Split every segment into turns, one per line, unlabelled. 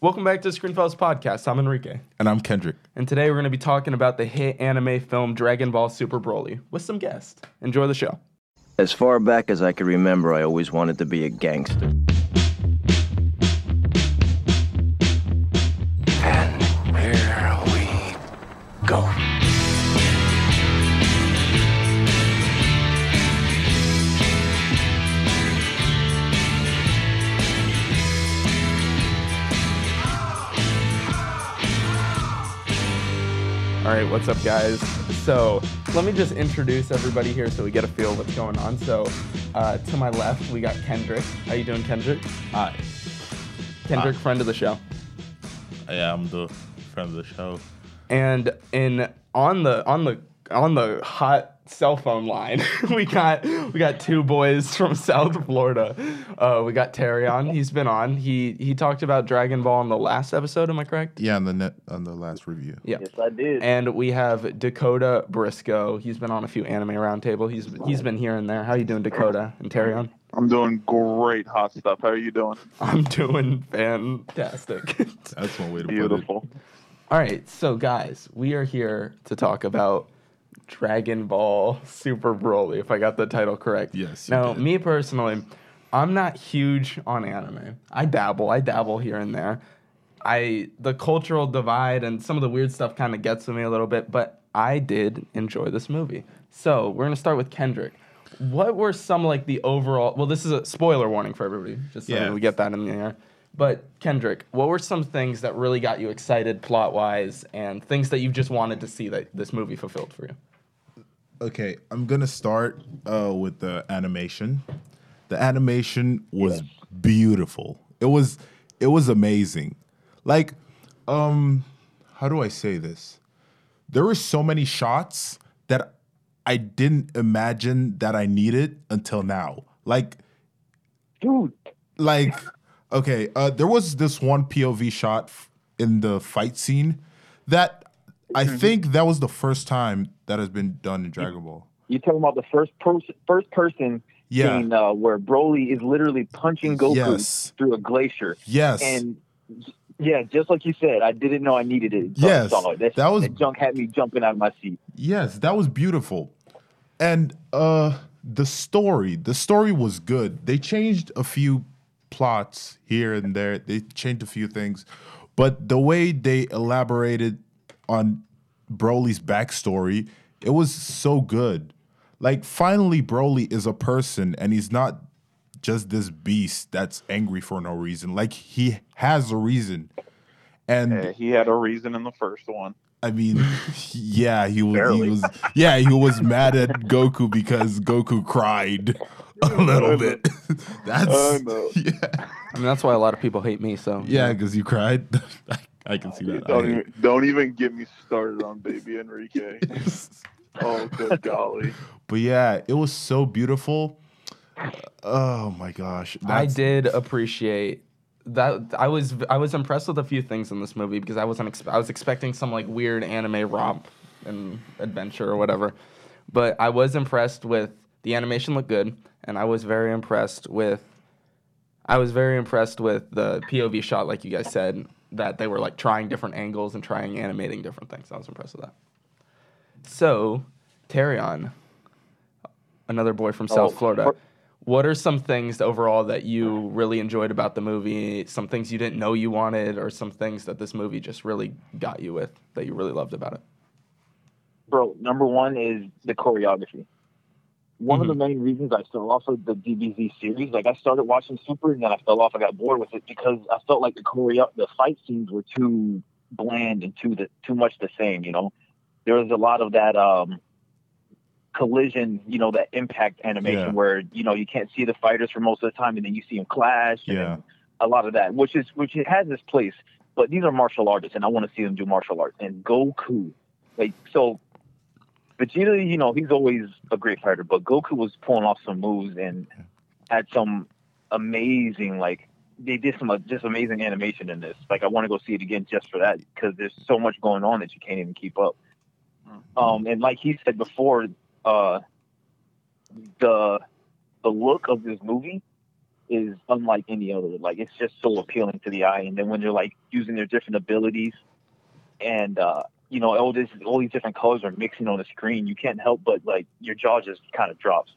Welcome back to the Screenfellas Podcast. I'm Enrique,
And I'm Kendrick.
and today we're going to be talking about the hit anime film Dragon Ball Super Broly with some guests. Enjoy the show.
As far back as I can remember, I always wanted to be a gangster.
All right, what's up, guys? So let me just introduce everybody here so we get a feel of what's going on. So uh, to my left, we got Kendrick. How you doing, Kendrick?
Hi.
Kendrick, friend of the show.
Yeah, I'm the friend of the show.
and in on the on the on the hot cell phone line we got we got two boys from south florida uh, we got terry on he's been on he he talked about dragon ball in the last episode am i correct
Yeah, on the net on the last review.
yeah
I did.
and we have dakota briscoe he's been on a few anime roundtable he's he's been here and there how you doing dakota and terry on
I'm doing great hot stuff. How are you doing?
i'm doing fantastic
That's one way to
Beautiful.
All right, so guys, we are here to talk about Dragon Ball Super Broly, if I got the title correct.
Yes, you
Now,
did.
me personally, I'm not huge on anime. I dabble, I dabble here and there. I the cultural divide and some of the weird stuff kind of gets to me a little bit, but I did enjoy this movie. So we're gonna start with Kendrick. What were some like the overall? Well, this is a spoiler warning for everybody, just so
Yeah.
we get that in the air. But Kendrick, what were some things that really got you excited plot wise, and things that you just wanted to see that this movie fulfilled for you?
It. Okay, I'm gonna start uh, with the animation. The animation was beautiful. It was it was amazing. Like, um, how do I say this? There were so many shots that I didn't imagine that I needed until now. Like
Dude,
like okay uh there was this one pov shot f- in the fight scene that i think that was the first time that has been done in dragon ball
you talking about the first person first person
yeah
scene uh, where Broly is literally punching Goku
yes
through a glacier.
yes
And j- yeah, just like you said, I didn't know I needed it. until I
Yes,
saw it. That,
that was-
that junk had me jumping out of my seat.
Yes, that was beautiful. And uh the story, the story was good. They changed a few plots here and there. They changed a few things, but the way they elaborated on Broly's backstory, it was so good. Like finally Broly is a person and he's not just this beast that's angry for no reason. Like he has a reason. And
he had a reason in the first one.
I mean, yeah, he was, he
Barely.
was. Yeah, he was mad at Goku because Goku cried a little bit. That's
I know.
yeah,
I mean, that's why a lot of people hate me. So
yeah, because you cried. I, I can see that.
Don't even, don't even get me started on baby Enrique. oh, good golly.
but yeah, it was so beautiful. Oh my gosh,
I
that's-
did appreciate that. I was I was impressed with a few things in this movie because I wasn't ex- I was expecting some like weird anime romp and adventure or whatever, but I was impressed with the animation looked good, and I was very impressed with I was very impressed with the POV shot, like you guys said, that they were like trying different angles and trying animating different things. I was impressed with that. So, Tarion, another boy from South
Oh,
Florida.
per-
What are some things overall that you really enjoyed about the movie? Some things you didn't know you wanted, or some things that this movie just really got you with that you really loved about it?
Bro, number one is the choreography. One of the main reasons I fell off of the DBZ series, like I started watching Super and then I fell off. I got bored with it because I felt like the choreo, the fight scenes were too bland and too the, too much the same. You know, there was a lot of that um, collision, you know, that impact animation
Yeah.
where you know you can't see the fighters for most of the time, and then you see them clash. and
Yeah.
a lot of that, which is which it has its place. But these are martial artists, and I want to see them do martial arts. And Goku, like so, Vegeta, you know, he's always a great fighter, but Goku was pulling off some moves and had some amazing like they did some uh, just amazing animation in this. Like I want to go see it again just for that because there's so much going on that you can't even keep up. Um, and like he said before, uh, the the look of this movie is unlike any other. Like it's just so appealing to the eye. And then when they're like using their different abilities, and uh, you know all this, all these different colors are mixing on the screen, you can't help but like your jaw just kind of drops.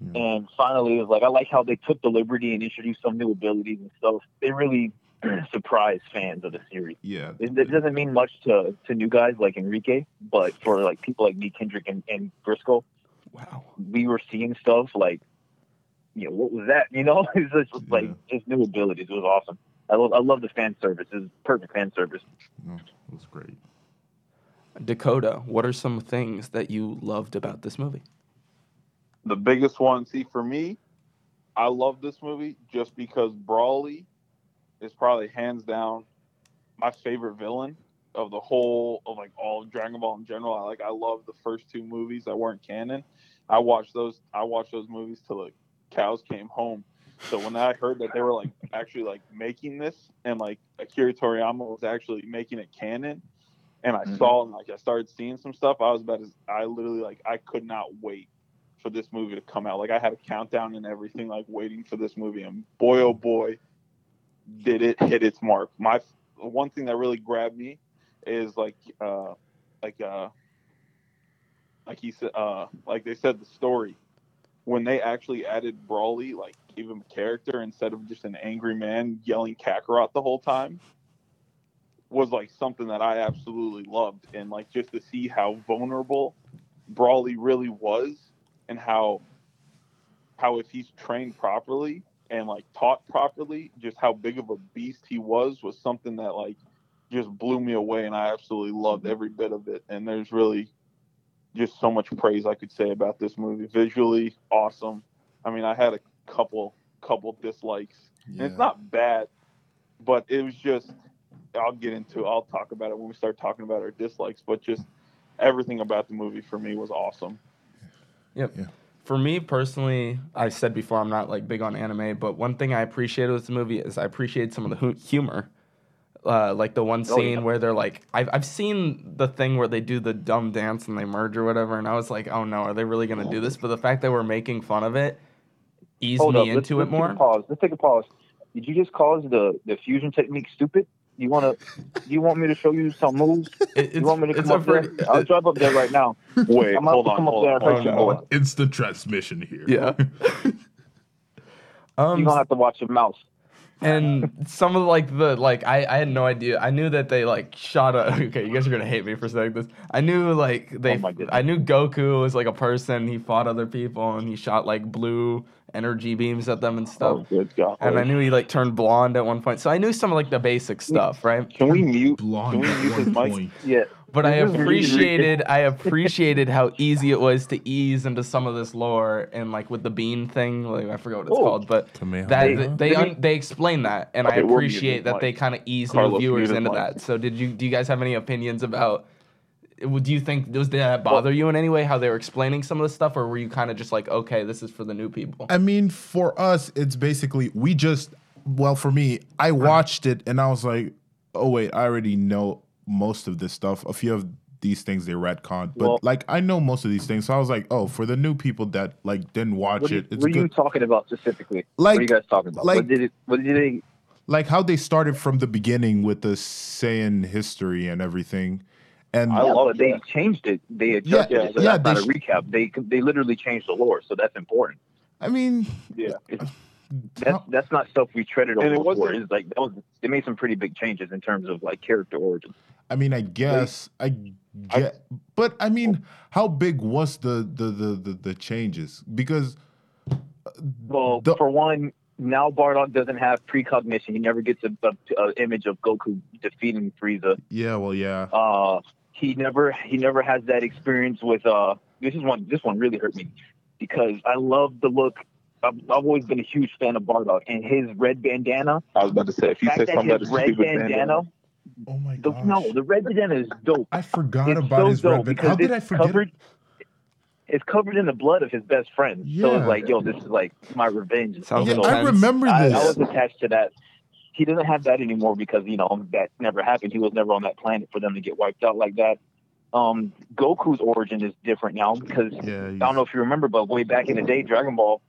Yeah.
And finally, it was like I like how they took the liberty and introduced some new abilities and stuff. They really surprised fans of the series.
Yeah.
It, it doesn't mean much to, to new guys like Enrique, but for like people like me, Kendrick, and, and Briscoe,
Wow.
we were seeing stuff like, you know, what was that? You know, it's just like just new abilities. It was awesome. I love, I love the fan service. It was perfect fan service.
No, it was great.
Dakota, what are some things that you loved about this movie?
The biggest one, see, for me, I love this movie just because Brawley is probably hands down my favorite villain of the whole of like all of Dragon Ball in general. I like I love the first two movies that weren't canon. I watched those I watched those movies till the cows came home. So when I heard that they were like actually like making this and like Akira Toriyama was actually making it canon and I
Mhm.
saw and like I started seeing some stuff, I was about to I literally like I could not wait for this movie to come out. Like I had a countdown and everything, like waiting for this movie. And boy, oh boy, did it hit its mark. My one thing that really grabbed me is like, uh, like, uh, like he said, uh, like they said the story when they actually added Brawley, like gave him a character instead of just an angry man yelling Kakarot the whole time. Was like something that I absolutely loved, and like just to see how vulnerable Brawley really was and how how if he's trained properly and like taught properly, just how big of a beast he was was something that like just blew me away and I absolutely loved every bit of it. And there's really just so much praise I could say about this movie. Visually awesome. I mean I had a couple couple dislikes. And it's not bad, but it was just I'll get into I'll talk about it when we start talking about our dislikes, but just everything about the movie for me was awesome.
For me personally, I said before I'm not like big on anime, but one thing I appreciated with the movie is I appreciated some of the hu- humor. Uh, like the one
Oh,
scene
yeah.
where they're like, I've, I've seen the thing where they do the dumb dance and they merge or whatever, and I was like, oh no, are they really gonna do this? But the fact that we're making fun of it eased me
let's-
into it
let's take a
more.
pause. Let's take a pause. Did you just cause the, the fusion technique stupid? You wanna? you want me to show you some moves?
It-
you want me to
it's
come up
a pretty-
there? I'll drive up there right now.
Wait,
I'm about
hold
to
on,
come up
hold
there
on.
and touch
hold
your
on.
boy.
Instant transmission here.
Yeah. um,
You're gonna have to watch your mouth.
and some of like the like I, I had no idea i knew that they like shot a okay you guys are gonna hate me for saying this i knew like they
Oh my goodness.
i knew goku was like a person he fought other people and he shot like blue energy beams at them and stuff
Oh, good God.
and i knew he like turned blonde at one point so i knew some of like the basic stuff right
Can we mute?
Blonde
Can we
at
use
one
his mic?
point.
Yeah.
but i
This is really-
appreciated i appreciated how easy it was to ease into some of this lore and like with the bean thing like i forgot what it's
Oh.
called but
Kamehameha.
that they un- they explain that, and I
Okay, we're muted,
appreciate that
Mike.
they kind of ease new
Carlos
viewers
muted,
into
Mike.
that. So, did you do you guys have any opinions about? Do you think does that bother you in any way how they were explaining some of the stuff, or were you kind of just like, okay, this is for the new people?
I mean, for us, it's basically we just. Well, for me, I watched it and I was like, "Oh wait, I already know most of this stuff. A few of these things they retconned, but
Well-
like I know most of these things." So I was like, "Oh, for the new people that like didn't watch
What are, you,
it, it's
what are you
good."
talking about specifically? what are you
Like,
guys talking about?
like-
what did it? What did they?
like how they started from the beginning with the Saiyan history and everything, and
I love
Oh,
that.
they changed it. They adjusted
Yeah,
it. So
yeah,
that's not a
they-
recap. They they literally changed the lore, so that's important.
I mean,
Yeah.
It's, that's
how-
that's not stuff we treaded
And
over
it
before.
wasn't-
It's like that was, they made some pretty big changes in terms of like character origin.
I mean, I guess I
I-
get, but I mean, how big was the the the the, the changes? Because
Well,
The-
for one, now Bardock doesn't have precognition. He never gets a, a, a image of Goku defeating Frieza.
yeah, well, yeah,
Uh, he never he never has that experience with uh. This is one this one really hurt me because I love the look. I've, I've always been a huge fan of Bardock and his red bandana.
I was about to say if
The
you
fact
say
that
something that
his
is
red
stupid,
bandana,
oh my
the,
gosh,
no, the red bandana is dope.
I forgot
It's
about
so
his
dope
red band.
because
How did
it's
I forget?
covered. It's covered in the blood of his best friend. So
Yeah.
it's like, yo, this is like my revenge.
Sounds
yeah,
so
like
I remember
I,
this.
I was attached to that. He doesn't have that anymore because you know that never happened. He was never on that planet for them to get wiped out like that. Um, Goku's origin is different now because
yeah,
I don't know if you remember, but way back in the day, Dragon Ball,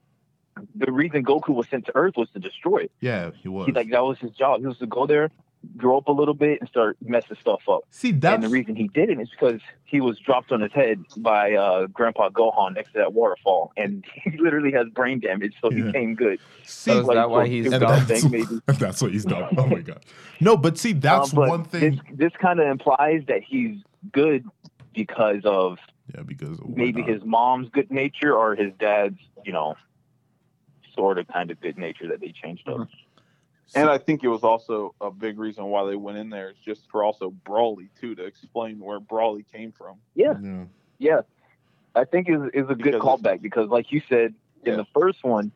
the reason Goku was sent to Earth was to destroy it.
Yeah, he was.
He, like that was his job. He was to go there, grow up a little bit, and start messing stuff up.
See, that's
and the reason he didn't is because he was dropped on his head by uh, Grandpa Gohan next to that waterfall, and he literally has brain damage, so
Yeah.
he came good.
see,
So is
Like,
that why
so
he's
and
stupid
dumb?
that
that's,
thing, maybe.
that's what he's done. Oh my god. No, but see, that's
Um, but
one thing.
This, this kind of implies that he's good because of
yeah, because oh why
maybe
not?
his mom's good nature or his dad's, you know, sort of kind of good nature that they changed up.
And I think it was also a big reason why they went in there is just for also Brawly too to explain where Brawly came from.
Yeah,
Yeah.
yeah. I think is is a good
Because-
callback because, like you said
Yeah.
in the first one,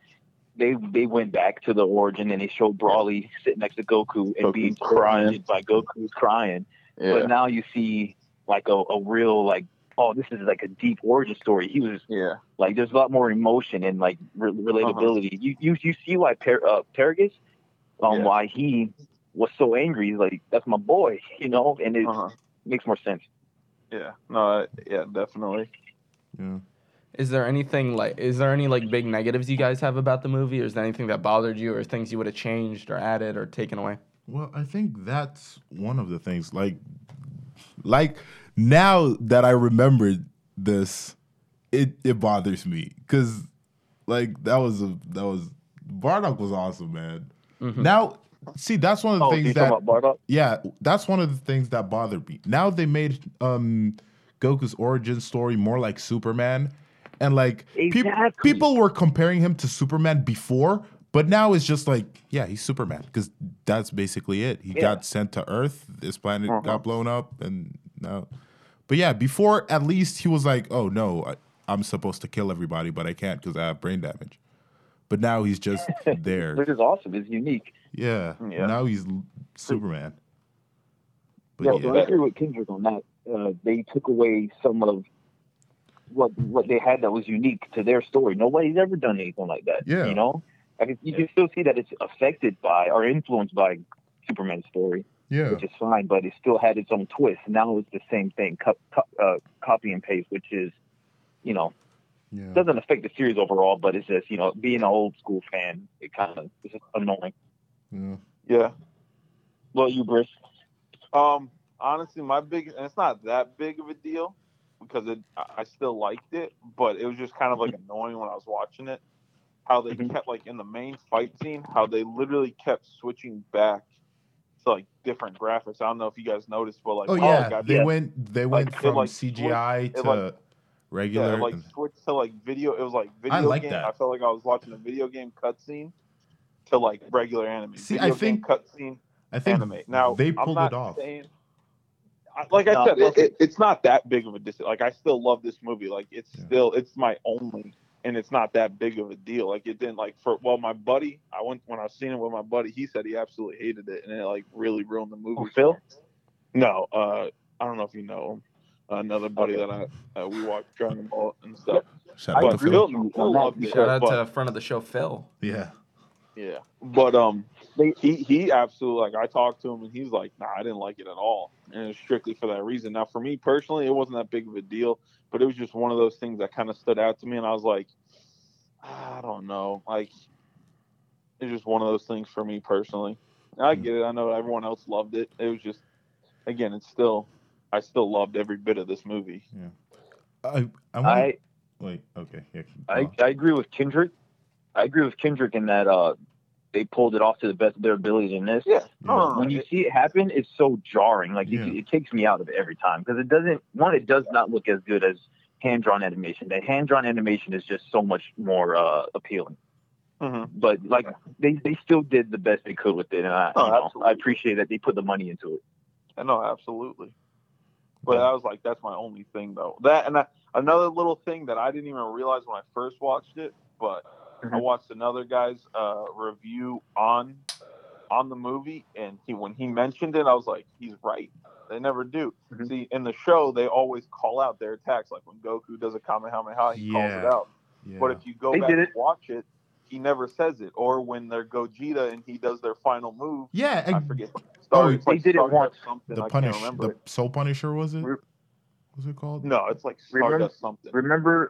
they they went back to the origin and they showed Brawly sitting next to Goku and
Goku
being
crying.
crying by Goku crying. But now you see like a, a real like oh this is like a deep origin story. He was
yeah,
Like there's a lot more emotion and like re-
Uh-huh.
relatability. You, you you see why per, uh, Paragus, um,
Yeah.
why he was so angry. He's like that's my boy, you know, and it
uh-huh.
makes more sense.
yeah. No, I, yeah, definitely.
Yeah.
Is there anything like is there any like big negatives you guys have about the movie or is there anything that bothered you or things you would have changed or added or taken away?
Well, I think that's one of the things. Like, like now that I remembered this, it it bothers me because, like, that was a that was Bardock was awesome, man. Now, see, that's one of the
Oh, you
things
talking
that
about Bardock?
yeah, that's one of the things that bothered me. Now they made um Goku's origin story more like Superman, and like peop-
Exactly.
people were comparing him to Superman before, but now it's just like yeah, he's Superman because that's basically it. He
Yeah.
got sent to Earth, this planet
Uh-huh.
got blown up, and now, but yeah, before at least he was like, oh no, I, I'm supposed to kill everybody, but I can't because I have brain damage. But now he's just there.
Which is awesome. It's unique.
Yeah.
Yeah.
Now he's l- Superman.
yeah,
But
so
yeah.
I agree with Kendrick on that. Uh, they took away some of what what they had that was unique to their story. Nobody's ever done anything like that.
Yeah.
you know, I can, you can still see that it's affected by or influenced by Superman's story.
Yeah.
which is fine, but it still had its own twist. Now it's the same thing, co- co- uh, copy and paste, which is, you know,
Yeah.
doesn't affect the series overall, but it's just, you know, being an old school fan, it kind of is annoying.
yeah.
Yeah.
Well, you, Briss,
Um. Honestly, my big and it's not that big of a deal because it, I I still liked it, but it was just kind of like
Mm-hmm.
annoying when I was watching it. How they
Mhm.
kept like in the main fight scene, how they literally kept switching back to like different graphics. I don't know if you guys noticed, but like
Oh yeah.
God,
they
yeah.
went they went
Like, it,
from
like,
CGI
switched- it,
to
like-
regular
Yeah, it, like
and-
switched to like video. It was like video
I like
game.
that.
I felt like I was watching a video game cutscene to like regular anime.
See, I
video
think-
game cutscene
I think
anime. Now
they
I'm
pulled
not
it off.
saying- I- like I
No,
said, it,
listen.
it- it's not that big of a dis. Like I still love this movie. Like it's
Yeah.
still it's my only, and it's not that big of a deal. Like it didn't like for well, my buddy. I went when I was seeing it with my buddy. He said he absolutely hated it, and it like really ruined the movie.
Oh, Phil?
No, uh, I don't know if you know him. Another buddy that I uh, we watched Dragon Ball and stuff.
Shout
I
out to
but
agree
Phil.
Phil
with you
Phil
on that
loved it,
Shout out
but-
to front of the show Phil.
Yeah.
yeah, but um,
They-
he he absolutely like I talked to him and he's like, nah, I didn't like it at all, and it's strictly for that reason. Now, for me personally, it wasn't that big of a deal, but it was just one of those things that kind of stood out to me, and I was like, "Ah, I don't know, like it's just one of those things for me personally. And I
Hmm.
get it. I know everyone else loved it. It was just, again, it's still, I still loved every bit of this movie.
I I, wanna,
I,
wait, okay. Yeah.
I,
go on.
I agree with Kendrick. I agree with Kendrick in that uh, they pulled it off to the best of their abilities in this.
Yeah.
No,
When you see it happen, it's so jarring. Like it,
Yeah.
it takes me out of it every time because it doesn't. One, it does not look as good as hand drawn animation. That hand drawn animation is just so much more uh, appealing.
Mhm.
But like they, they still did the best they could with it, and I,
Oh,
you know,
absolutely.
I appreciate that they put the money into it.
I know, Uh, absolutely. But
Yeah.
I was like, that's my only thing though. That and I, another little thing that I didn't even realize when I first watched it, but I
Mm-hmm.
Mhm.
watched another guy's uh, review on on the movie, and he when he mentioned it, I was like, he's right. They never do.
Mm-hmm.
Mhm.
See, in the show, they always call out their attacks. Like when Goku does a Kamehameha, he calls it
Yeah.
out.
yeah.
But if you go
They
back
did
and
it.
watch it, he never says it. Or when they're Gogeta and he does their final move,
yeah,
I
and
forget.
Oh,
Sorry, it's
they
like
did it
Stardust
once.
Something,
the
I
punish
Can't remember
the soul punisher was it?
Re-
Was it called?
no, it's like
Remember-
Stardust something.
Remember,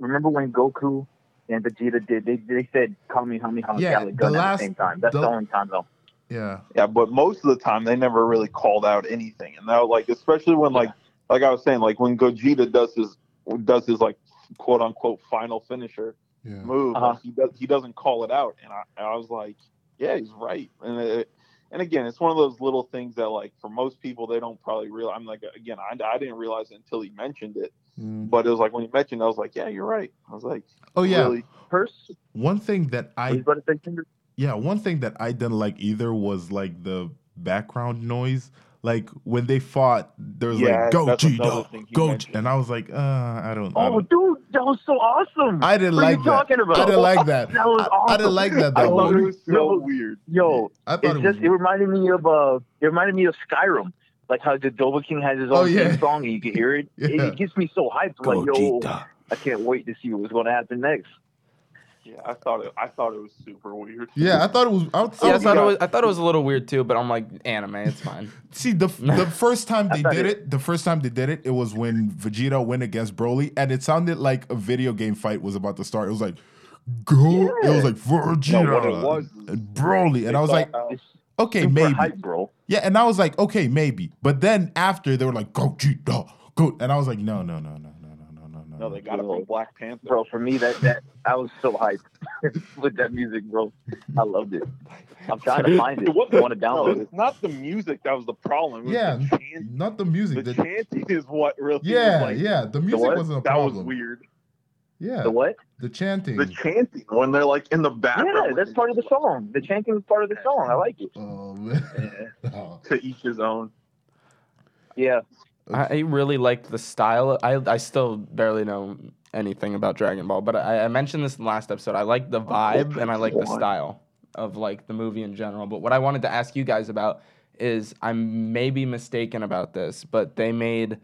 remember when Goku and Vegeta did. They, they said Kamehameha and
Yeah,
Gatling
the
Gun at
last-
the same time. That's
the-
the, only time though.
Yeah.
Yeah, but most of the time they never really called out anything, and now like especially when like like I was saying like when Gogeta does his does his like quote unquote final finisher
Yeah.
move,
Uh-huh.
like, he does he doesn't call it out, and I, I was like, yeah, he's right, and it, and again it's one of those little things that like for most people they don't probably realize. I'm like again I, I didn't realize it until he mentioned it,
Mm.
but it was like when he mentioned, it, I was like, yeah, you're right. I was like,
Oh yeah.
really?
Purse.
One thing that
I,
I
was about to say finger.
Yeah, one thing that I didn't like either was like the background noise. Like when they fought, there was
Yeah,
like go
that's
G
another
dog,
thing he
go, G-"
mentioned.
and I was like, uh, I don't. I,
Oh,
don't-
dude, that was so awesome.
I didn't
what are
like
you
that.
talking about?
I didn't like that.
That was
I, I
awesome.
didn't like that.
I
That
thought it
one.
was so
No.
weird.
Yo,
I thought it
it's
was.
just it reminded me of uh, it reminded me of Skyrim. Like how the Doba King has his own
Oh, yeah.
theme song and you can hear it. It-
Yeah.
It gets me so hyped. I'm like, yo, I can't wait to see what's going to happen next.
Yeah, I thought it. I thought it was super weird.
yeah, I thought it was. I, was- I
Yeah, I
was
thought,
like-
it was, I thought it was a little weird too, but I'm like anime. It's fine.
see the the first time
I
they
thought
did
it-
it. The first time they did it, it was when Vegeta went against Broly, and it sounded like a video game fight was about to start. It was like go. It was like
No,
Vegeta
what it was.
and uh, Broly, and I was like,
It's
okay,
super
maybe.
hyped, bro.
Yeah, and I was like, okay, maybe. But then after they were like, go G dog, go, and I was like, no, no, no, no, no, no, no, no, no.
no, they got it from Black Panther.
Bro, for me, that that I was so hyped with that music, bro. I loved it. I'm trying to find it.
It wasn't-
I want to download
no,
it.
it's not the music that was the problem. It was
Yeah.
the, chant,
Not the music.
the
The
chanting is what really. was
yeah,
like,
yeah. The music
what?
wasn't a
That
problem.
was weird.
Yeah,
The
the,
what?
chanting.
The chanting when they're like in the background.
Yeah, that's part of the song. The chanting is part of the song. I like it.
oh man. Oh,
To each his own.
Yeah.
I, I really liked the style. I I still barely know anything about Dragon Ball, but I, I mentioned this in the last episode. I like the vibe and I like the
Why?
style of like the movie in general. But what I wanted to ask you guys about is I may be mistaken about this, but they made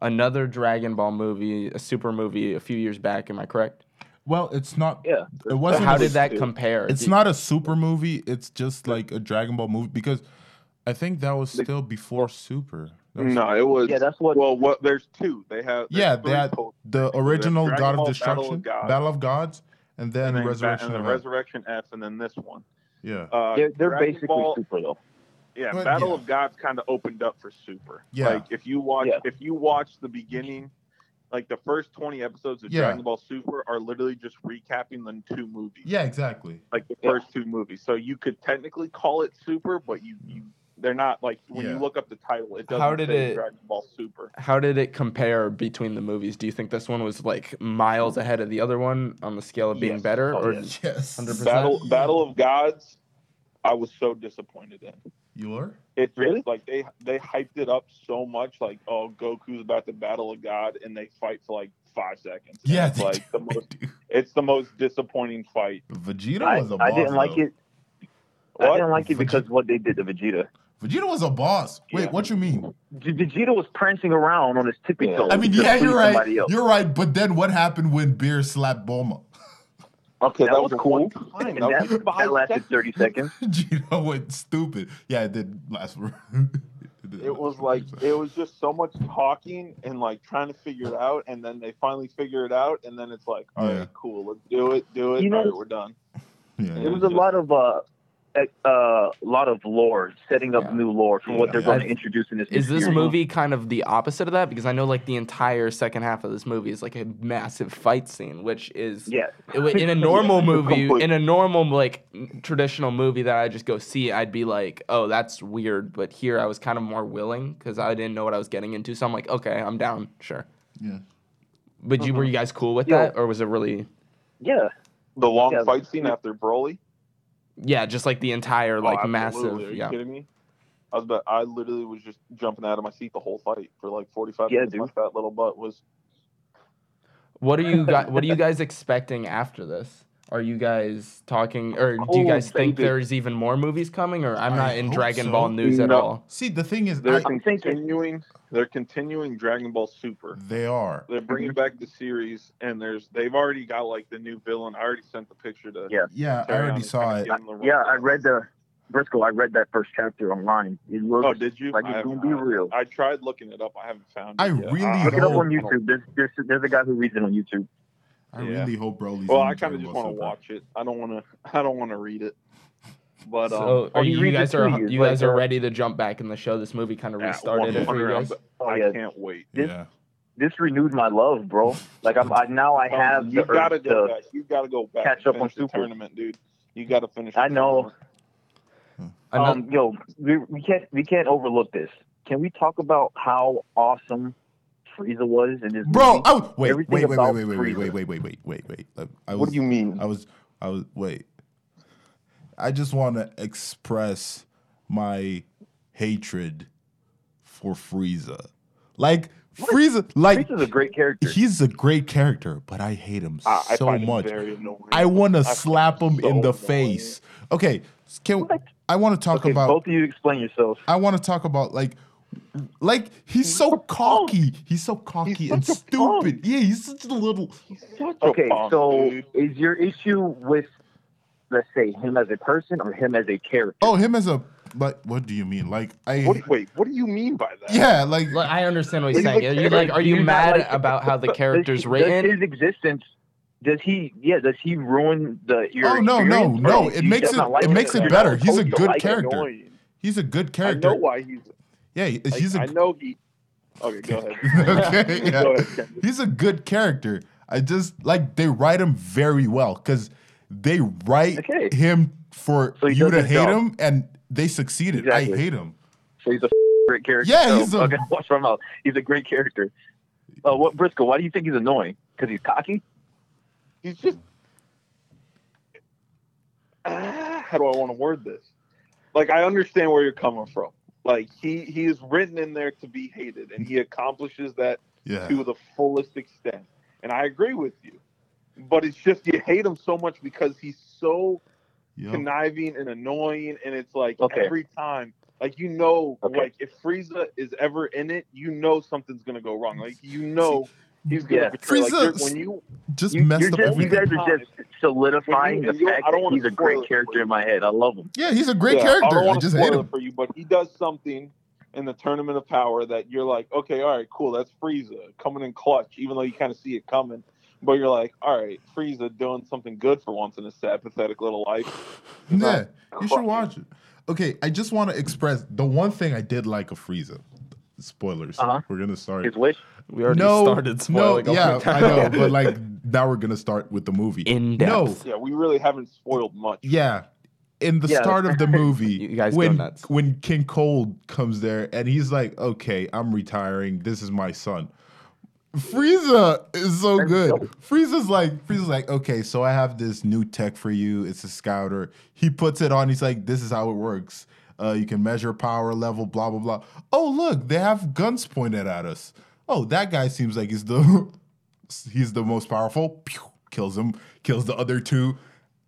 another Dragon Ball movie, a super movie, a few years back. Am I correct?
well, it's not.
Yeah.
It
But
wasn't.
how
a-
did that compare?
It's
Do-
not a super movie. It's just like a Dragon Ball movie because I think that was
The-
still before Super. That was-
No, it was.
Yeah, that's what.
well, what? There's two. They have. there's
Yeah,
three
that-
total.
The original God
Dragon Ball
of
Battle of
Destruction,
Gods.
Battle of Gods, and then,
and then
Resurrection.
Ba- and
of
the
Earth.
Resurrection F, and then this one.
yeah,
Uh,
they're they're
Dragon
basically
Ball-
super though.
Yeah,
But,
Battle
yeah.
of Gods kind of opened up for Super.
Yeah.
Like if you watch
Yeah.
if you watch the beginning, like the first 20 episodes of
Yeah.
Dragon Ball Super are literally just recapping the two movies.
yeah, exactly.
Like the
Yeah.
first two movies. So you could technically call it Super, but you, you they're not like when
Yeah.
you look up the title, it doesn't
How did
say
it-
Dragon Ball Super.
how did it compare between the movies? Do you think this one was like miles ahead of the other one on the scale of being
Yes.
better,
Oh,
or
yes.
Yes.
100%.
Battle Battle of Gods, I was so disappointed in.
You are?
It's
Really?
really like they they hyped it up so much, like oh Goku's about to battle a god, and they fight for like five seconds. And
Yeah,
it's,
they
like the
do.
most it's the most disappointing fight.
Vegeta
I,
was a
I
boss.
didn't like
though.
it. I
What?
didn't like it
Vegeta-
because what they did to Vegeta.
Vegeta was a boss. Wait,
Yeah.
what you mean?
G- Vegeta was prancing around on his tippy
Yeah.
toes.
I mean,
to
yeah,
free
you're right.
somebody else.
You're right. But then what happened when Beer slapped Bulma?
Okay,
that was cool.
Time.
And
That
that,
was five
that lasted
seconds.
30 seconds.
Vegeta went stupid. Yeah, it did last for. did
It was
last for
like
two
it
seconds.
was just so much talking and like trying to figure it out, and then they finally figure it out, and then it's like, all right,
Yeah.
cool, let's do it, do it.
You know-
all right, we're done.
Yeah.
It was a lot of uh, a uh, lot of lore, setting up
Yeah.
new lore for what they're
Yeah.
going to introduce in this.
Is
new
this
series.
movie kind of the opposite of that? Because I know like the entire second half of this movie is like a massive fight scene, which is
Yeah,
i- in a normal movie,
Complete.
in a normal like n- traditional movie that I just go see, I'd be like, oh, that's weird. But here I was kind of more willing because I didn't know what I was getting into, so I'm like, okay, I'm down, sure.
Yeah.
But
Mm-hmm.
you were you guys cool with
Yeah.
that, or was it really?
yeah.
The long
Yeah.
fight scene after Broly.
Yeah, just like the entire like
Oh,
massive.
absolutely. Are you
Yeah.
kidding me? I was about, I literally was just jumping out of my seat the whole fight for like 45
Yeah,
minutes. My
dude.
fat little butt was.
What are you guys? What are you guys expecting after this? Are you guys talking, or do you
Oh,
guys think
baby.
there's even more movies coming? Or I'm
I
not in
hope
Dragon
so.
Ball news at
No.
all.
See, the thing is,
They're
I,
I'm thinking-
continuing. They're continuing Dragon Ball Super.
they are.
They're bringing back the series, and there's they've already got like the new villain. I already sent the picture to.
Yeah.
Yeah, I
Terry
already
on
saw
kinda
it.
give him the rundown.
Yeah, I read the Briscoe. I read that first chapter online. It looks
Oh, did you?
like
I
it's
haven't-
gonna be real.
I tried looking it up. I haven't found. It
I
yet.
really
I- I
Look it up
don't-
on YouTube. There's, there's there's a guy who reads it on YouTube.
I
Yeah.
really hope Broly's.
Well,
in
I kind
Dragon
of just
Ball
want to
Super.
watch it. I don't want to. I don't want to read it. But
So
um,
are
I'll
you, you
read it
guys
to
are
you,
you
like,
guys are
uh,
ready to jump back in the show? This movie kind of
yeah,
restarted it for you
100%,
guys.
but
Oh, yeah.
I can't wait.
This-
Yeah,
This renewed my love, bro. Like I'm I, now I have
Um, you
the
gotta
urge
go
to-
back. You gotta go back.
catch
and
up on
finish the
Super.
tournament, dude. You gotta finish.
I
the
know.
tournament.
Ano-
Um, yo, we, we can't we can't overlook this. Can we talk about how awesome Frieza was in this
bro.
movie?
Oh wait, wait,
Everything
wait, wait,
about
wait, wait,
Frieza.
wait, wait, wait, wait, wait, wait. Uh, I was,
What do you mean?
I was, I was. Wait. I just want to express my hatred for Frieza. Like Frieza, like
Frieza's a great character.
he's a great character, but I hate him
I, I
so
find him
much.
very annoying.
I want to
find
slap him
so
in the
annoying.
face. Okay, s- can
What?
I want to talk
okay,
about?
both of you explain yourselves.
I want to talk about like, like he's so cocky. He's so cocky
He's
and
such a
stupid. Yeah, he's such a little.
He's such a
Okay,
punk,
so
dude.
is your issue with let's say him as a person or him as a character?
Oh, him as a like. What do you mean? Like I.
What, wait, what do you mean by that?
yeah, like
Like, I understand what he's
He's
saying.
the
Are you like,
character.
are you
He's not
mad
like-
about how the
Does
character's
he-
written?
Does his existence does he yeah, does he ruin the your
Oh, no, no,
experience?
no,
Or
it
you
makes
just
it-
not like
it makes it
You're not
better. He's a
supposed to
good
like him.
character.
Annoying.
he's a good
I
character.
know why he's.
Yeah, he-
Like,
he's a
I know he. Okay, go ahead.
okay, yeah.
Go ahead, Ken.
He's a good character. I just like they write him very well because they write
Okay.
him for
So he
you
does
to
his
hate
job.
him, and they succeeded. I
Exactly.
hate him.
So he's a great character.
Yeah,
so,
he's a-
okay, watch my mouth. He's a great character. Uh, what Briscoe? Why do you think he's annoying? Because he's cocky.
He's just. Ah, how do I want to word this? Like, I understand where you're coming from. Like, he he is written in there to be hated, and he accomplishes that
Yeah,
to the fullest extent. And I agree with you. But it's just you hate him so much because he's so
Yup.
conniving and annoying, and it's like
Okay.
every time, like you know,
Okay.
like if Frieza is ever in it, you know something's gonna go wrong. Like you know he's gonna
Yeah.
betray. Like,
Frieza-
there- when you
just
You,
messed
you're
up
just, you
everything.
guys are just solidifying
When you-
the
and you-
fact
I don't
that
wanna
he's a
spoil
great
it
character
for
in my head. I love him.
yeah, he's a great
Yeah, I don't
character. I,
wanna
just
spoil
hate
it
him.
for you, but he does something in the Tournament of Power that you're like, okay, all right, cool, that's Frieza coming in clutch, even though you kind of see it coming. But you're like, all right, Frieza doing something good for once in his sad, pathetic little life.
Yeah, you should
Fuck.
watch it. Okay, I just want to express the one thing I did like of Frieza. Spoilers.
Uh-huh.
We're gonna start.
His wish.
we already
no,
started spoiling.
no,
all
yeah,
the
I
time.
know, but like now we're gonna start with the movie.
in depth.
no,
Yeah, we really haven't spoiled much.
Yeah. In the
Yeah.
start of the movie,
You guys go
when
nuts.
when King Cold comes there and he's like, "Okay, I'm retiring. This is my son." Frieza is so good. Frieza's like, Frieza's like, "Okay, so I have this new tech for you. It's a scouter." He puts it on. He's like, "This is how it works. Uh, you can measure power level, blah blah blah." Oh, look, they have guns pointed at us. Oh, that guy seems like he's the he's the most powerful. Pew, kills him. Kills the other two.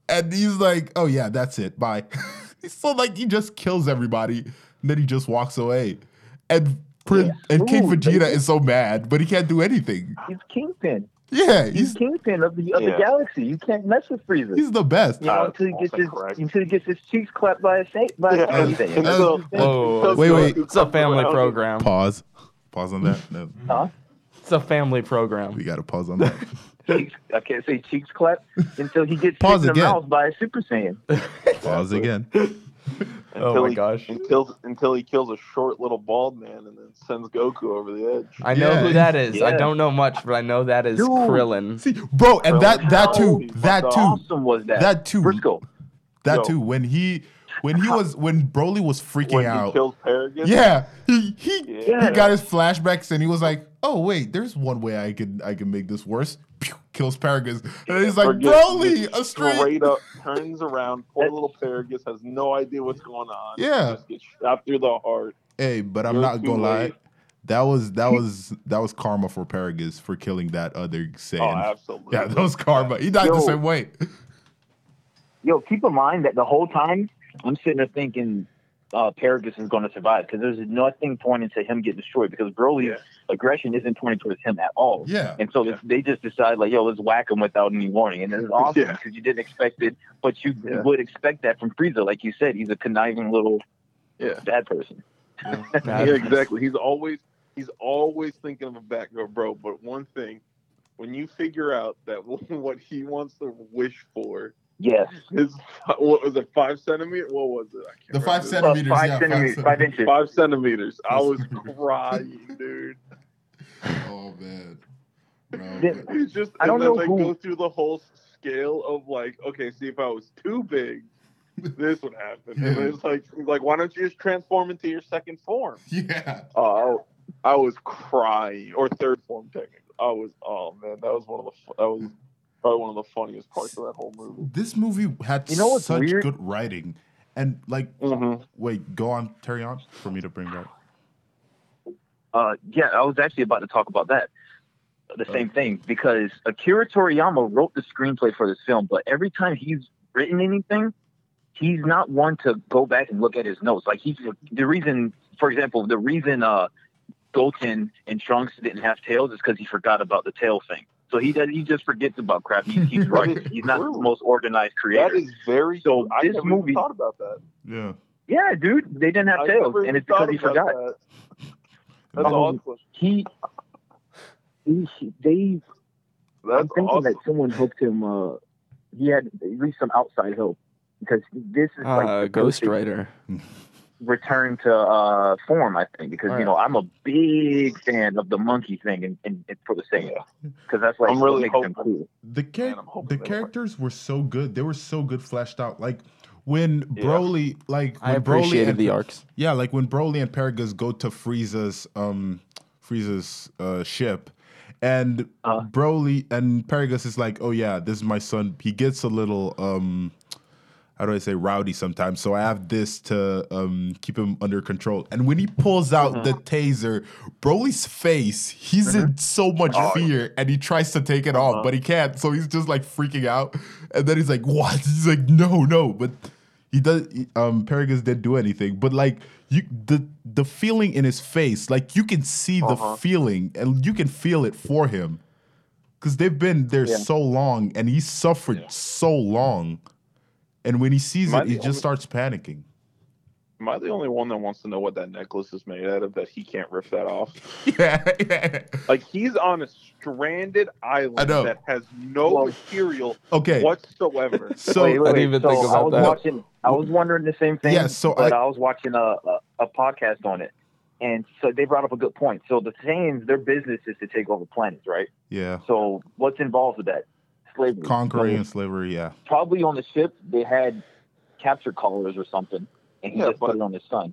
And he's like, oh yeah, that's it. Bye. so like he just kills everybody. And then he just walks away. And Prin- and King
Ooh,
Vegeta
baby.
is so mad, but he can't do anything.
He's kingpin.
Yeah,
He's,
he's
kingpin of the of the
Yeah.
galaxy. You can't mess with Frieza.
he's the best.
you know,
Uh,
until he gets
also
his
correct.
until he gets his cheeks clapped by a saint by
Yeah,
a
and-
Saiyan.
and
Uh,
so-
Whoa,
so-
wait, wait.
It's a family
Well,
program.
Pause. Pause on that. No,
Huh?
It's a family
we
program.
gotta pause on that.
Cheeks- I can't say cheeks clapped until he gets
Pause
kicked in the
again.
mouth by a Super Saiyan.
Pause again.
Oh my
he,
gosh.
Until until he kills a short little bald man and then sends Goku over the edge.
I know
Yeah.
who that is. I
Yeah.
don't know much, but I know that is
Dude.
Krillin.
See, bro, and that that too,
How
that too,
Awesome was that?
that too,
Briscoe.
that
Yo.
too. When he when he was when Broly was freaking
when he
out.
kills Paragon.
Yeah, he he,
Yeah.
he got his flashbacks and he was like, "Oh wait, there's one way I could I can make this worse." Pew, kills Paragus, and he's like,
Paragus
"Broly,
just
a straight."
straight up turns around. Poor little Paragus has no idea what's going on.
Yeah.
Just gets shot through the heart. Oh,
Hey, but I'm
You're
not
too
gonna lie,
late.
that was that was that was karma for Paragus for killing that other Saiyan.
Oh, absolutely.
yeah, that was karma. He died the
Yo.
same way.
Yo, keep in mind that the whole time I'm sitting there thinking uh, Paragus is going to survive because there's nothing pointing to him getting destroyed because Broly's
Yeah.
aggression isn't pointing towards him at all.
Yeah,
And so
Yeah.
they just decide like, yo, let's whack him without any warning, and it's awesome
Yeah.
because you didn't expect it, but you
Yeah.
would expect that from Frieza, like you said, he's a conniving little
Yeah.
bad person.
Yeah, exactly. He's always he's always thinking of a back go, bro. But one thing, when you figure out that what he wants to wish for
Yes.
is what was it five centimeter? What was it? I can't
The five
remember.
Uh,
centimeters.
five
yeah,
centimeters, five inches.
Five centimeters. I
Five
was
centimeters.
crying, dude.
Oh man, bro.
Th-
It's just
I don't
and then
know
they
who-
go through the whole scale of like, okay, see if I was too big, this would happen. And
Yeah.
it's like like why don't you just transform into your second form?
Yeah.
Oh, I I was crying, or third form technically. I was, oh man, that was one of the fu- that was probably one of the funniest parts of that whole movie.
This movie had
You know what's
such
weird?
good writing, and like,
Mm-hmm.
wait, go on, carry on for me to bring up.
Uh, yeah, I was actually about to talk about that. The same thing because Akira Toriyama wrote the screenplay for this film, but every time he's written anything, he's not one to go back and look at his notes. Like he's the reason, for example, the reason uh, Goten and Trunks didn't have tails is because he forgot about the tail thing. So he does, he just forgets about crap. He, he's right. He's not the most organized creator.
That is very.
So
I
this
never
movie-
even thought about that.
Yeah,
yeah, dude, they didn't have
I
tails,
never even
and it's because
thought
he
about
forgot.
that. That's
Um,
awesome.
He, he, they I'm
That's
thinking
awesome.
that someone hooked him. Uh, he had at least some outside help because this is like
Uh,
the
Ghost
perfect
Rider.
return to uh, form. I think because
Alright.
you know I'm a big fan of the monkey thing and, and, and for the singer because that's like
I'm
what
really
makes him
hopeful.
cool.
the
Man,
char-
I'm hoping
the
they don't
characters were so good. They were so good fleshed out. Like when
Yeah.
Broly, like when
I
Broly
appreciated
and,
the arcs.
Yeah, like when Broly and Paragus go to Frieza's um Frieza's uh, ship, and
Uh.
Uh-huh.
Broly and Paragus is like, "Oh yeah, this is my son." He gets a little um, how do I say, rowdy sometimes. So I have this to um keep him under control. And when he pulls out the taser, Broly's face, he's in so much fear, and he tries to take it off, but he can't. So he's just like freaking out, and then he's like, "What?" He's like, "No, no," but he does he- um Paragus didn't do anything, but like you the the feeling in his face, like you can see the feeling and you can feel it for him. Cause they've been there
Yeah.
so long and he suffered so long. And when he sees
Am I
it, he
the
just starts panicking.
Am I the only one that wants to know what that necklace is made out of? That he can't rip that off.
yeah, yeah.
Like he's on a stranded
I
island
know.
that has no
Well-
material
Okay.
whatsoever.
So
wait, wait,
I didn't
wait.
even
so
think
I
about
was
that.
watching. I was wondering the same thing.
Yeah, so
but I, was watching a, a a podcast on it, and so they brought up a good point. So the Saiyans, their business is to take over planets, right?
yeah.
So what's involved with that? Slavery.
Conquering
So
and slavery, yeah.
probably on the ship they had capture collars or something, and he
Yeah,
just
but-
put it on his son.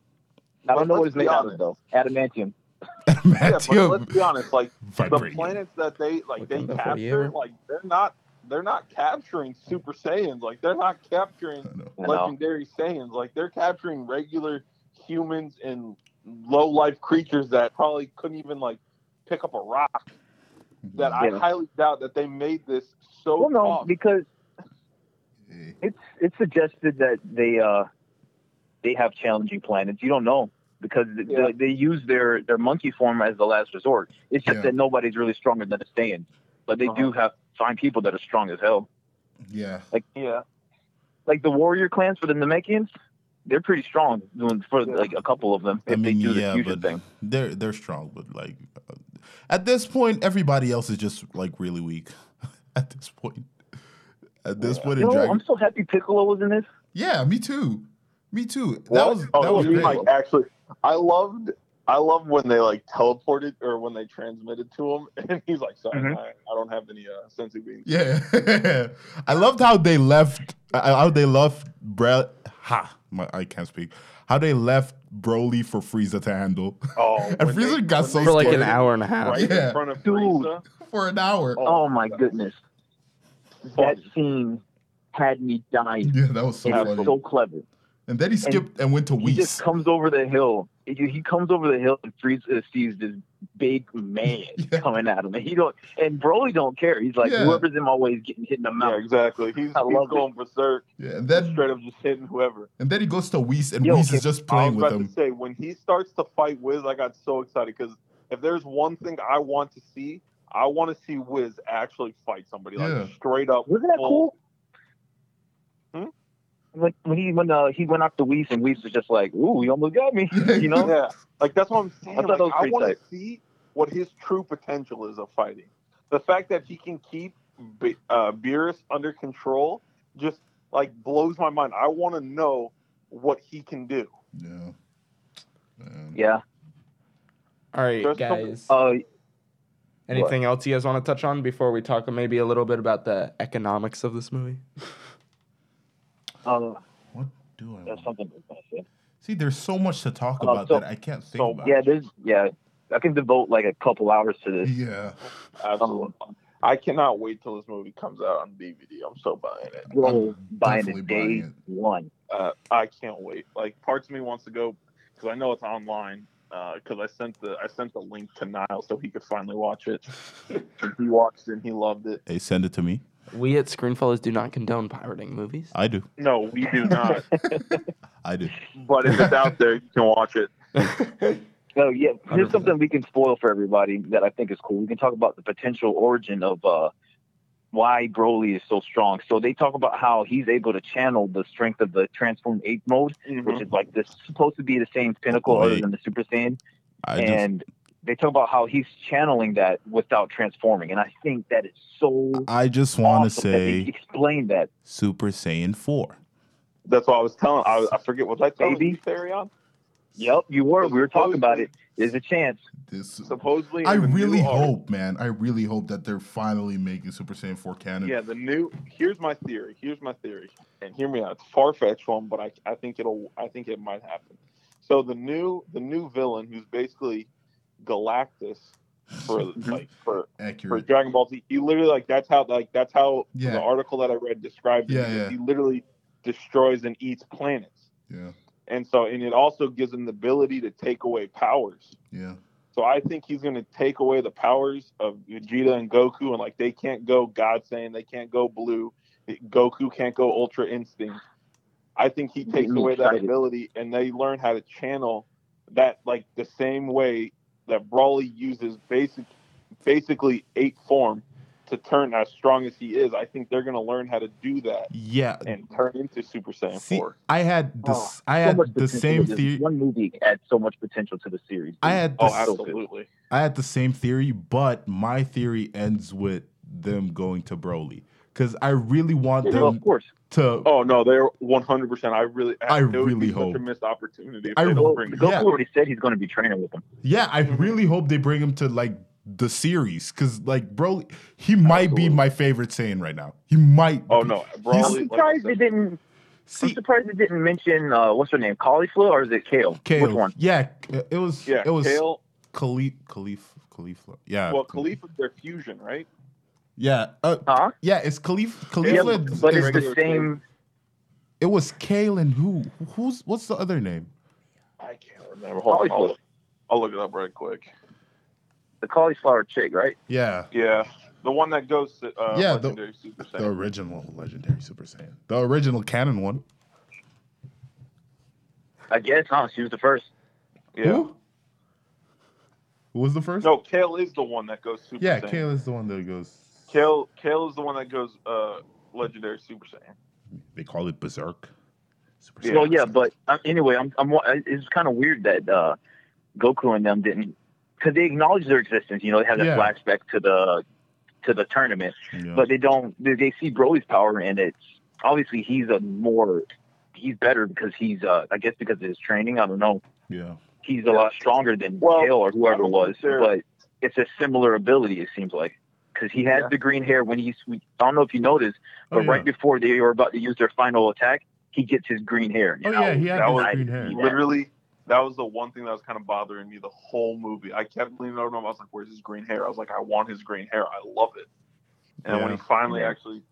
but
I don't know what
let's
it's
be
made out
honest.
of though. Adamantium.
yeah, but
Adamantium
let's be honest. Like the
vibranium.
planets that they like
Look
they
on the
capture,
48.
like they're not they're not capturing Super Saiyans. Like they're not capturing
I know.
You know?
legendary Saiyans. Like they're capturing regular humans and low life creatures that probably couldn't even like pick up a rock. That I
Yeah.
highly doubt that they made this so
Well, no,
tough.
because
Hey.
it's it's suggested that they uh they have challenging planets. You don't know because th
Yeah.
they, they use their their monkey form as the last resort. It's just
Yeah.
that nobody's really stronger than the Saiyan, but they
Uh-huh.
do have find people that are strong as hell.
Yeah.
Yeah.
Like the warrior clans for the Namekians, they're pretty strong doing for
Yeah.
like a couple of them if they do the fusion thing.
they're they're strong, but like uh, at this point, everybody else is just like really weak. at this point, at this point
You
in
know,
Dragon,
I'm so happy Piccolo was in this.
yeah, me too, me too. That
What?
was
Oh,
that was
dude,
great.
like actually I loved I love when they like teleported or when they transmitted to him and he's like, sorry,
Mm-hmm.
Mhm.
I, I don't have any uh sensi beans.
yeah, I loved how they left. uh, How they left Bra- Ha, my, I can't speak. How they left Broly for Frieza to handle
Oh
And
when they-
Frieza got
when
so
they
For like an
scared.
hour and a half.
right
Yeah.
in front of
Dude.
Frieza.
for an hour.
Oh, my goodness. That
Funny.
scene had me dying.
Yeah, that was so
It was
funny.
so clever.
and then he skipped and, went to
He just
Whis.
comes over the hill. He he comes over the hill and frees, uh, sees this big man
Yeah.
coming at him. And he don't and Broly don't care. He's like,
Yeah.
whoever's in my way is getting hit in the
Yeah,
mouth.
exactly. He's, he's
I love
going berserk.
Yeah, and
He's
then
straight up just hitting whoever.
and then he goes to Whis, and
Yo,
Whis
okay,
is just
I
playing
was
with
about
him.
to say when he starts to fight Wiz, I got so excited because if there's one thing I want to see, I want to see Wiz actually fight somebody like
Yeah.
straight up.
Wasn't that
full-
cool?
Hmm?
Like when he when uh, he went after Whis and Whis was just like, ooh, you almost got me. you know?
Yeah, like that's what I'm saying.
I thought that
like,
was
I
pretty
want
tight.
to see what his true potential is of fighting. the fact that he can keep Be- uh, Beerus under control just like blows my mind. I want to know what he can do.
Yeah. Man.
Yeah.
All right,
There's some-
guys.
Uh,
Anything else you guys want to touch on before we talk maybe a little bit about the economics of this movie?
uh,
What do I?
that's
want?
something I was gonna say.
See, there's so much to talk
Uh,
about
so-
that I can't think
so,
about.
Yeah, there's yeah. I can devote like a couple hours to this. Um,
Yeah.
Absolutely. I cannot wait till this movie comes out on DVD. I'm so buying it.
We'll
I'm
buy it
definitely
in day
buying
one.
Uh, I can't wait. Like parts of me wants to go because I know it's online. Because I sent the I sent the link to Niall so he could finally watch it. he watched it and he loved it.
Hey, send it to me.
We at Screenfellas do not condone pirating movies.
I do.
No, we do not.
I do.
but if it's out there, you can watch it.
So yeah, here's
100%.
something we can spoil for everybody that I think is cool. We can talk about the potential origin of uh, why Broly is so strong. So they talk about how he's able to channel the strength of the Transform Eight mode,
Mm-hmm.
which is like this supposed to be the same pinnacle other
Wait.
than the Super Saiyan.
I do.
and they talk about how he's channeling that without transforming, and I think that is so.
I just want to
awesome that they
say
explain that
Super Saiyan 4.
That's what I was telling. I, I forget was I telling
Baby.
you, Therion?
Yep, you were. We were talking about it. There's a chance.
This.
Supposedly, in
I
I
the new
really
art-
hope, man. I really hope that they're finally making Super Saiyan 4 canon.
Yeah, the new. Here's my theory. Here's my theory, and hear me out. It's far fetched one, but I, I think it'll. I think it might happen. So the new, the new villain, who's basically Galactus for
Mhm.
like for for
Accurate.
Dragon Ball Z. He literally like that's how like that's how
Yeah.
the article that I read described it.
Yeah, yeah.
He literally destroys and eats planets,
Yeah.
and so and it also gives him the ability to take away powers.
Yeah.
So I think he's going to take away the powers of Vegeta and Goku, and like they can't go God Saiyan, they can't go Blue, Goku can't go Ultra Instinct. I think he takes
Ooh,
away that
excited.
ability, and they learn how to channel that like the same way that Brawly uses basic, basically eight form to turn as strong as he is. I think they're going to learn how to do that
Yeah.
and turn into Super Saiyan
See,
Four. Oh,
I had the s I I
So
had
much
the
potential
same
with this
theory.
One movie adds so much potential to the series.
I had the
Oh,
s-
so good.
absolutely.
I had the same theory, but my theory ends with them going to Broly because I really want
Well, of
them
course.
to.
Oh no, they're one hundred percent. I really,
I
it would be
really
such
hope.
a missed opportunity. If
I
they don't
Well,
bring it.
Goku
Yeah.
already said he's going to be training with him.
Yeah, I really hope they bring him to like the series because like Broly, he might be
Absolutely.
my favorite Saiyan right now. He might.
Oh
be-
no,
I'm
Brawly. like I
surprised they
said,
didn't. I'm
See,
surprised they didn't mention uh, what's her name, Cauliflower, or is it Kale?
Kale.
Which one?
Yeah, it was.
yeah,
it was
Kale.
Khalif. Khalif. Khalif. Yeah.
Well, Khalifa's their fusion, right?
Yeah. Uh,
Huh?
yeah. It's Khalif. Khalif.
Yeah,
Kale
but it's
regular
the same.
It was Kale and who? Who's? What's the other name?
I can't remember. Hold on, I'll, look- I'll look it up right quick.
The cauliflower chick, right?
Yeah.
Yeah, the one that goes to uh,
Yeah, the-
legendary Super
The
Saiyan.
original legendary Super Saiyan. The original canon one.
I guess. Huh? She was the first.
yeah.
Who? Who was the first?
No, Kale is the one that goes Super
Yeah,
Saiyan.
Kale is the one that goes.
Kale. Kale is the one that goes uh, legendary Super Saiyan.
They call it Berserk. Super
Yeah.
well, yeah,
Saiyan.
but uh, anyway, I'm, I'm. wa- It's kind of weird that uh, Goku and them didn't, because they acknowledge their existence. You know, they have that
Yeah.
flashback to the to the tournament,
Yeah.
but they don't. They, they see Broly's power, and it's obviously he's a more, he's better because he's, uh, I guess, because of his training. I don't know.
yeah.
He's a lot stronger than
Well,
Kale or
I
whoever
don't
was,
think they're-
but it's a similar ability. It seems like because he has
Yeah.
the green hair when he's. I don't know if you noticed, but
Oh, yeah.
right before they were about to use their final attack. He gets his green hair.
Oh,
and
yeah,
I
he had
that
his
was-
green hair.
Yeah.
Literally, that was the one thing that was kind of bothering me the whole movie. I kept leaning over to him. I was like, "Where's his green hair?" I was like, "I want his green hair. I love it." And when
Yeah.
he finally
Yeah.
actually,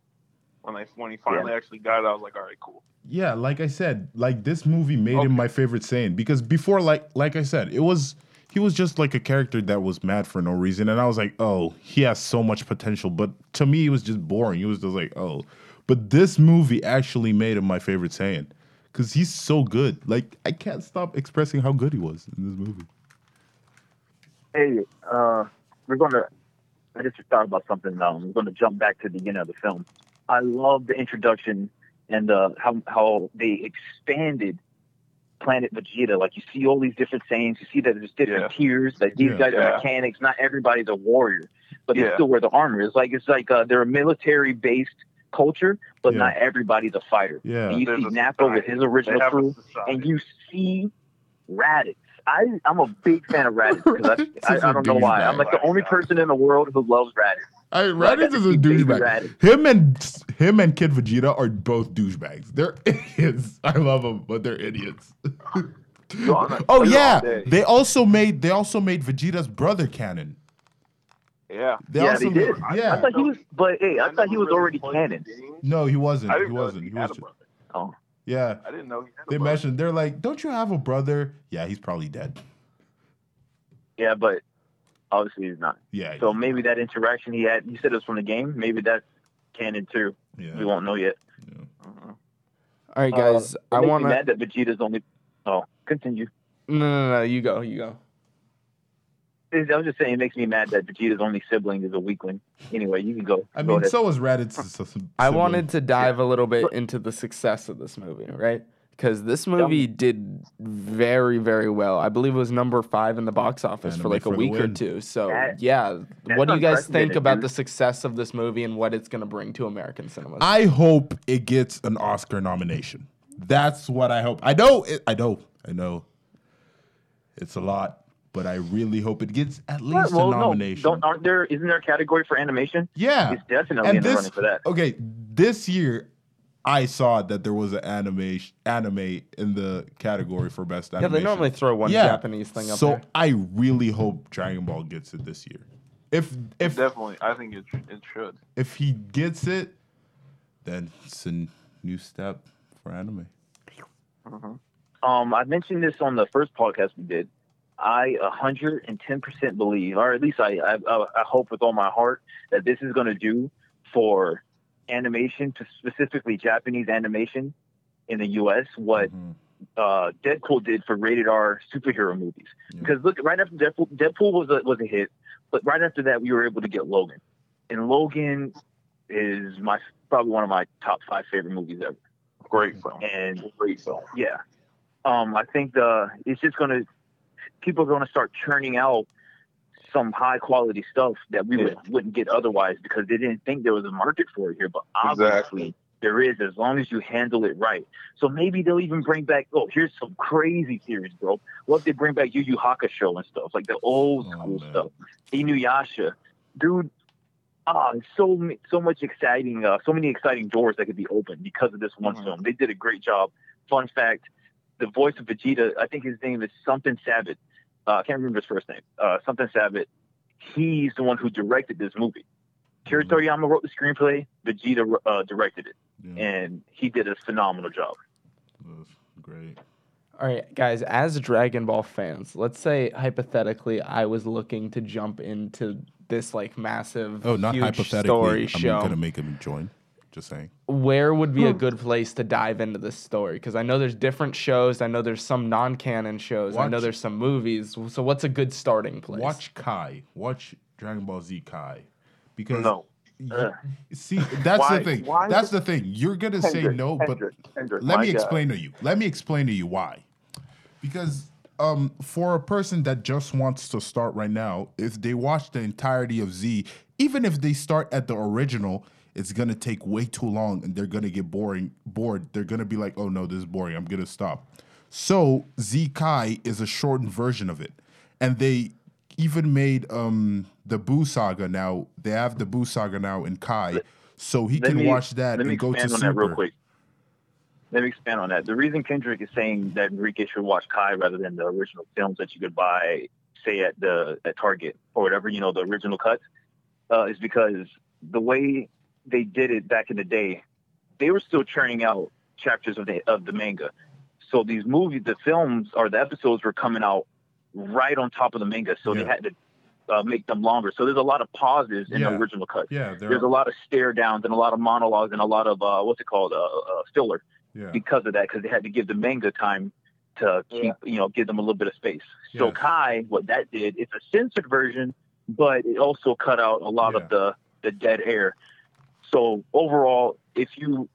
when I when he finally actually got it, I was like, "All right, cool."
Yeah, like I said, like this movie made
Okay.
him my favorite Saiyan because before, like, like I said, it was he was just like a character that was mad for no reason, and I was like, oh, he has so much potential, but to me, it was just boring. He was just like, oh, but this movie actually made him my favorite Saiyan because he's so good. Like, I can't stop expressing how good he was in this movie.
hey, uh, we're going to. I just thought about something now. I'm going to jump back to the beginning of the film. I love the introduction and uh, how how they expanded Planet Vegeta. Like you see all these different Saiyans, you see that there's different tiers. That these
Yeah.
guys are
Yeah.
mechanics. Not everybody's a warrior. but they
Yeah.
still wear the armor. It's like it's like uh, they're a military based culture, but
Yeah.
not everybody's a fighter.
Yeah.
And you
There's
see
a
Nappa with
society.
his
They
original
have a
crew,
society.
and you see Raditz. I I'm a big fan of Raditz because I,
Such
I,
a
I don't know why.
douchebag.
I'm like the only person in the world who loves Raditz.
I,
Like,
Raditz is a
he baby
douchebag.
Raditz.
Him and him and Kid Vegeta are both douchebags. They're idiots. I love them, but they're idiots.
Oh
All
yeah,
day.
they also made they also made Vegeta's brother canon.
yeah.
They
Yeah,
also
they did.
Made,
I
yeah.
thought he was, but hey, I thought he was already canon.
No, he wasn't.
I
He
didn't know
wasn't.
he
He was.
had a
ju-
brother.
Oh,
Yeah.
I didn't know he had a
They
brother.
mentioned they're like, don't you have a brother? Yeah, he's probably dead.
yeah, but obviously he's not.
Yeah.
So maybe that interaction he had, you said it was from the game. Maybe that's canon too. We
yeah.
won't know yet.
All right, guys.
Uh, it
I
makes me
want to.
mad that Vegeta's only. Oh, continue.
No, no, no. You go. You go.
I was just saying, it makes me mad that Vegeta's only sibling is a weakling. Anyway, you can go.
I
go
mean,
ahead.
so is Raditz's sibling.
I wanted to dive a little bit into the success of this movie, right? Because this movie did very, very well. I believe it was number five in the box office for
Anime
like a
for the
week or
win.
two. So,
That-
yeah. What do you guys think
unprecedented,
about
dude.
the success of this movie and what it's going to bring to American cinema?
I hope it gets an Oscar nomination. That's what I hope. I know. It, I know. I know. It's a lot, but I really hope it gets at least
well,
a nomination.
no, don't, aren't there? Isn't there a category for animation?
yeah.
It's definitely in
And
the
this
running for that.
okay, this year I saw that there was an anime anime in the category for best
yeah, they
animation.
normally throw one
Yeah.
Japanese thing up
so
there.
I really hope Dragon Ball gets it this year. If if
Definitely, I think it it should.
if he gets it, then it's a new step for anime.
Um, I mentioned this on the first podcast we did. I 110% believe, or at least I, I, I I hope with all my heart that this is going to do for animation, specifically Japanese animation in the U.S. What
Mhm.
uh, Deadpool did for rated R superhero movies.
Yeah.
Because look, right after Deadpool, Deadpool was a, was a hit, but right after that, we were able to get Logan, and Logan is my probably one of my top five favorite movies ever.
Great film.
And
Great film.
yeah, um, I think the it's just gonna people are gonna start churning out some high quality stuff that we would, wouldn't get otherwise because they didn't think there was a market for it here. But obviously,
Exactly.
there is as long as you handle it right. So maybe they'll even bring back oh here's some crazy series, bro. What if they bring back Yu Yu Hakusho and stuff like the old
Oh,
school
man.
stuff, Inuyasha, dude. Ah, so m- so much exciting, uh, so many exciting doors that could be opened because of this one
Mm-hmm.
Mhm.
film. They did a great job. Fun fact: the voice of Vegeta, I think his name is something Sabat. Uh, I can't remember his first name. Uh, something Sabat. He's the one who directed this movie. Kira
Mhm.
Toriyama wrote the screenplay. Vegeta uh, directed it,
Yeah,
and he did a phenomenal job.
that's great.
All right, guys, as Dragon Ball fans, let's say hypothetically I was looking to jump into this like massive
Oh, not
huge
hypothetically.
story
I'm
show.
gonna make him join. Just saying.
where would be a good place to dive into this story? Because I know there's different shows. I know there's some non-canon shows. I know
Watch-
there's some movies. So what's a good starting place?
Watch Kai. Watch Dragon Ball Z Kai, because
No. Uh.
you-
Ugh.
see that's
Why-
the thing.
why is
That's the thing. You're gonna say
Hendrick,
no, but
Hendrick, Hendrick,
let
my
me
guy.
explain to you. Let me explain to you why. Because um, for a person that just wants to start right now, if they watch the entirety of Z, even if they start at the original, it's gonna take way too long, and they're gonna get boring. Bored. They're gonna be like, "Oh no, this is boring. I'm gonna stop." So Z Kai is a shortened version of it, and they even made um, the Boo Saga now. They have the Boo Saga now in Kai, so he
Let
can
me-
watch that
Let me
and go
expand
to
on
Super.
that real quick. Let me expand on that. The reason Kendrick is saying that Enrique should watch Kai rather than the original films that you could buy, say at the at Target or whatever, you know, the original cuts, uh, is because the way they did it back in the day, they were still churning out chapters of the of the manga. So these movies, the films or the episodes were coming out right on top of the manga, so they
Yeah.
had to uh, make them longer. So there's a lot of pauses in the
Yeah.
original cuts
Yeah, there
there's a lot of stare downs and a lot of monologues and a lot of uh, what's it called uh, uh, filler
yeah.
because of that because they had to give the manga time to keep
Yeah.
you know give them a little bit of space. So
Yes.
Kai, what that did, it's a censored version, but it also cut out a lot
Yeah.
of the the dead air. So overall, if you,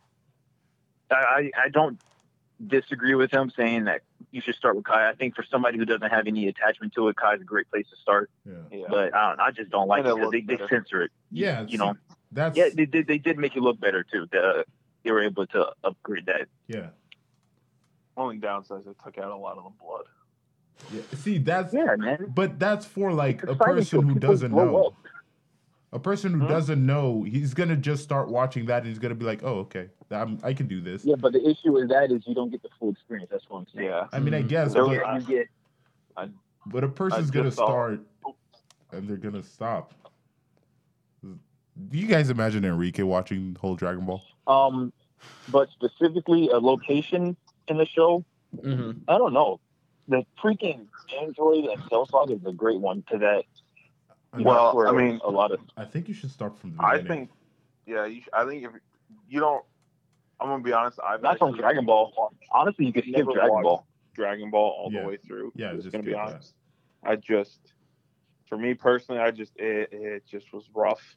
I I I don't disagree with him saying that you should start with Kai. I think for somebody who doesn't have any attachment to it, Kai's a great place to start.
Yeah.
But I, don't, I just don't like
And
it
it
because they,
looks
they
better.
censor it. You-
Yeah,
you know.
That's
Yeah, they, they, they did make it look better too. The, they were able to upgrade that.
yeah.
Only downside is it took out a lot of the blood.
yeah. See, that's
Yeah, man.
But that's for like
It's
a
exciting
person
till
who
people
doesn't
blow
know.
up.
A person who
Huh?
doesn't know, he's gonna just start watching that and he's gonna be like, "Oh, okay, I'm, I can do this."
Yeah, but the issue with that is you don't get the full experience. That's what I'm saying.
Yeah.
I mean, I
Mhm.
guess,
There
You
was-
but,
get, you get
but a person's
just
gonna
saw-
start and they're gonna stop. Do you guys imagine Enrique watching whole Dragon Ball?
um, but specifically a location in the show.
hmm
I don't know. The freaking Android and Cell Slug is a great one to that.
mean,
Well,
that's where
I mean-
a lot of
I think you should start from the
I
beginning.
think, yeah, you, sh- I think if you don't, I'm gonna be honest. I've
not from
actually
Dragon Ball. Honestly, you could skip
Never
Dragon
watched
Ball.
Dragon Ball all
Yeah.
the way through.
Yeah,
just
just
gonna
do
be
that.
honest. I just, for me personally, I just it, it just was rough.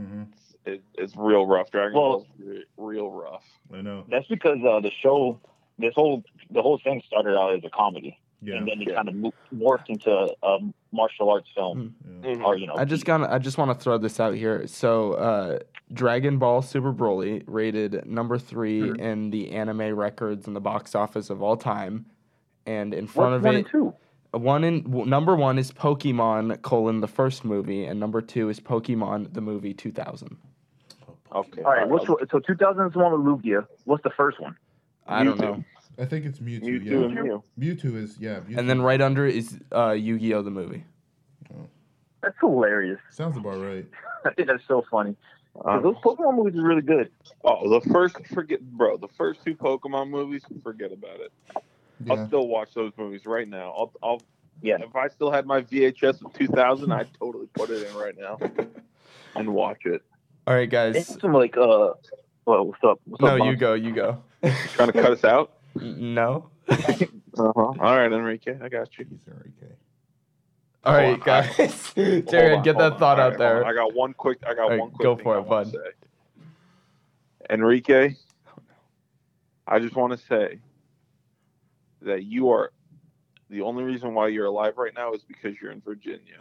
Mhm,
It, it's real rough. Dragon
Well-
Ball's re- real rough.
I know.
That's because uh, the show, this whole the whole thing started out as a comedy,
Yeah.
and then it
Yeah.
kind of mo- morphed into a martial arts film,
yeah.
Mhm.
or you know,
Mm-hmm. I just got. I just want to throw this out here. So, uh, Dragon Ball Super Broly rated number 3 in the anime records in the box office of all time, and in front
What's
of
one
it,
and two?
One in w- number one is Pokemon colon the first movie, and number two is Pokemon the movie two thousand.
Okay.
All right, what's, so 2000 is the one with Lugia. What's the first one?
I don't
Mewtwo.
know.
I think it's Mewtwo.
You
yeah.
two and you.
Mewtwo is yeah. Mewtwo.
And then right under it is uh, Yu Gi Oh the movie.
That's hilarious.
sounds about right.
I think that's so funny.
Uh,
'Cause
Um,
those Pokemon movies are really good.
oh, the first forget, bro. The first two Pokemon movies, forget about it. I'll
Yeah.
still watch those movies right now. I'll, I'll
Yeah.
If I still had my VHS of 2000, I'd totally put it in right now and watch it.
All right,
They
guys.
have some like uh, well, what's up? What's
No,
up,
you
Bob?
go. You go.
Trying to cut us out?
N- no.
Uh-huh. All right, Enrique, I got you.
He's Enrique.
All
Hold
right,
on,
guys.
Hold
Jared,
on,
get
hold
that
on.
thought
All
out
right, hold on.
there.
I got one quick. I got
All right,
one quick.
go
thing
for
I
it,
wanna
bud.
say. Enrique, I just want to say that you are the only reason why you're alive right now is because you're in Virginia.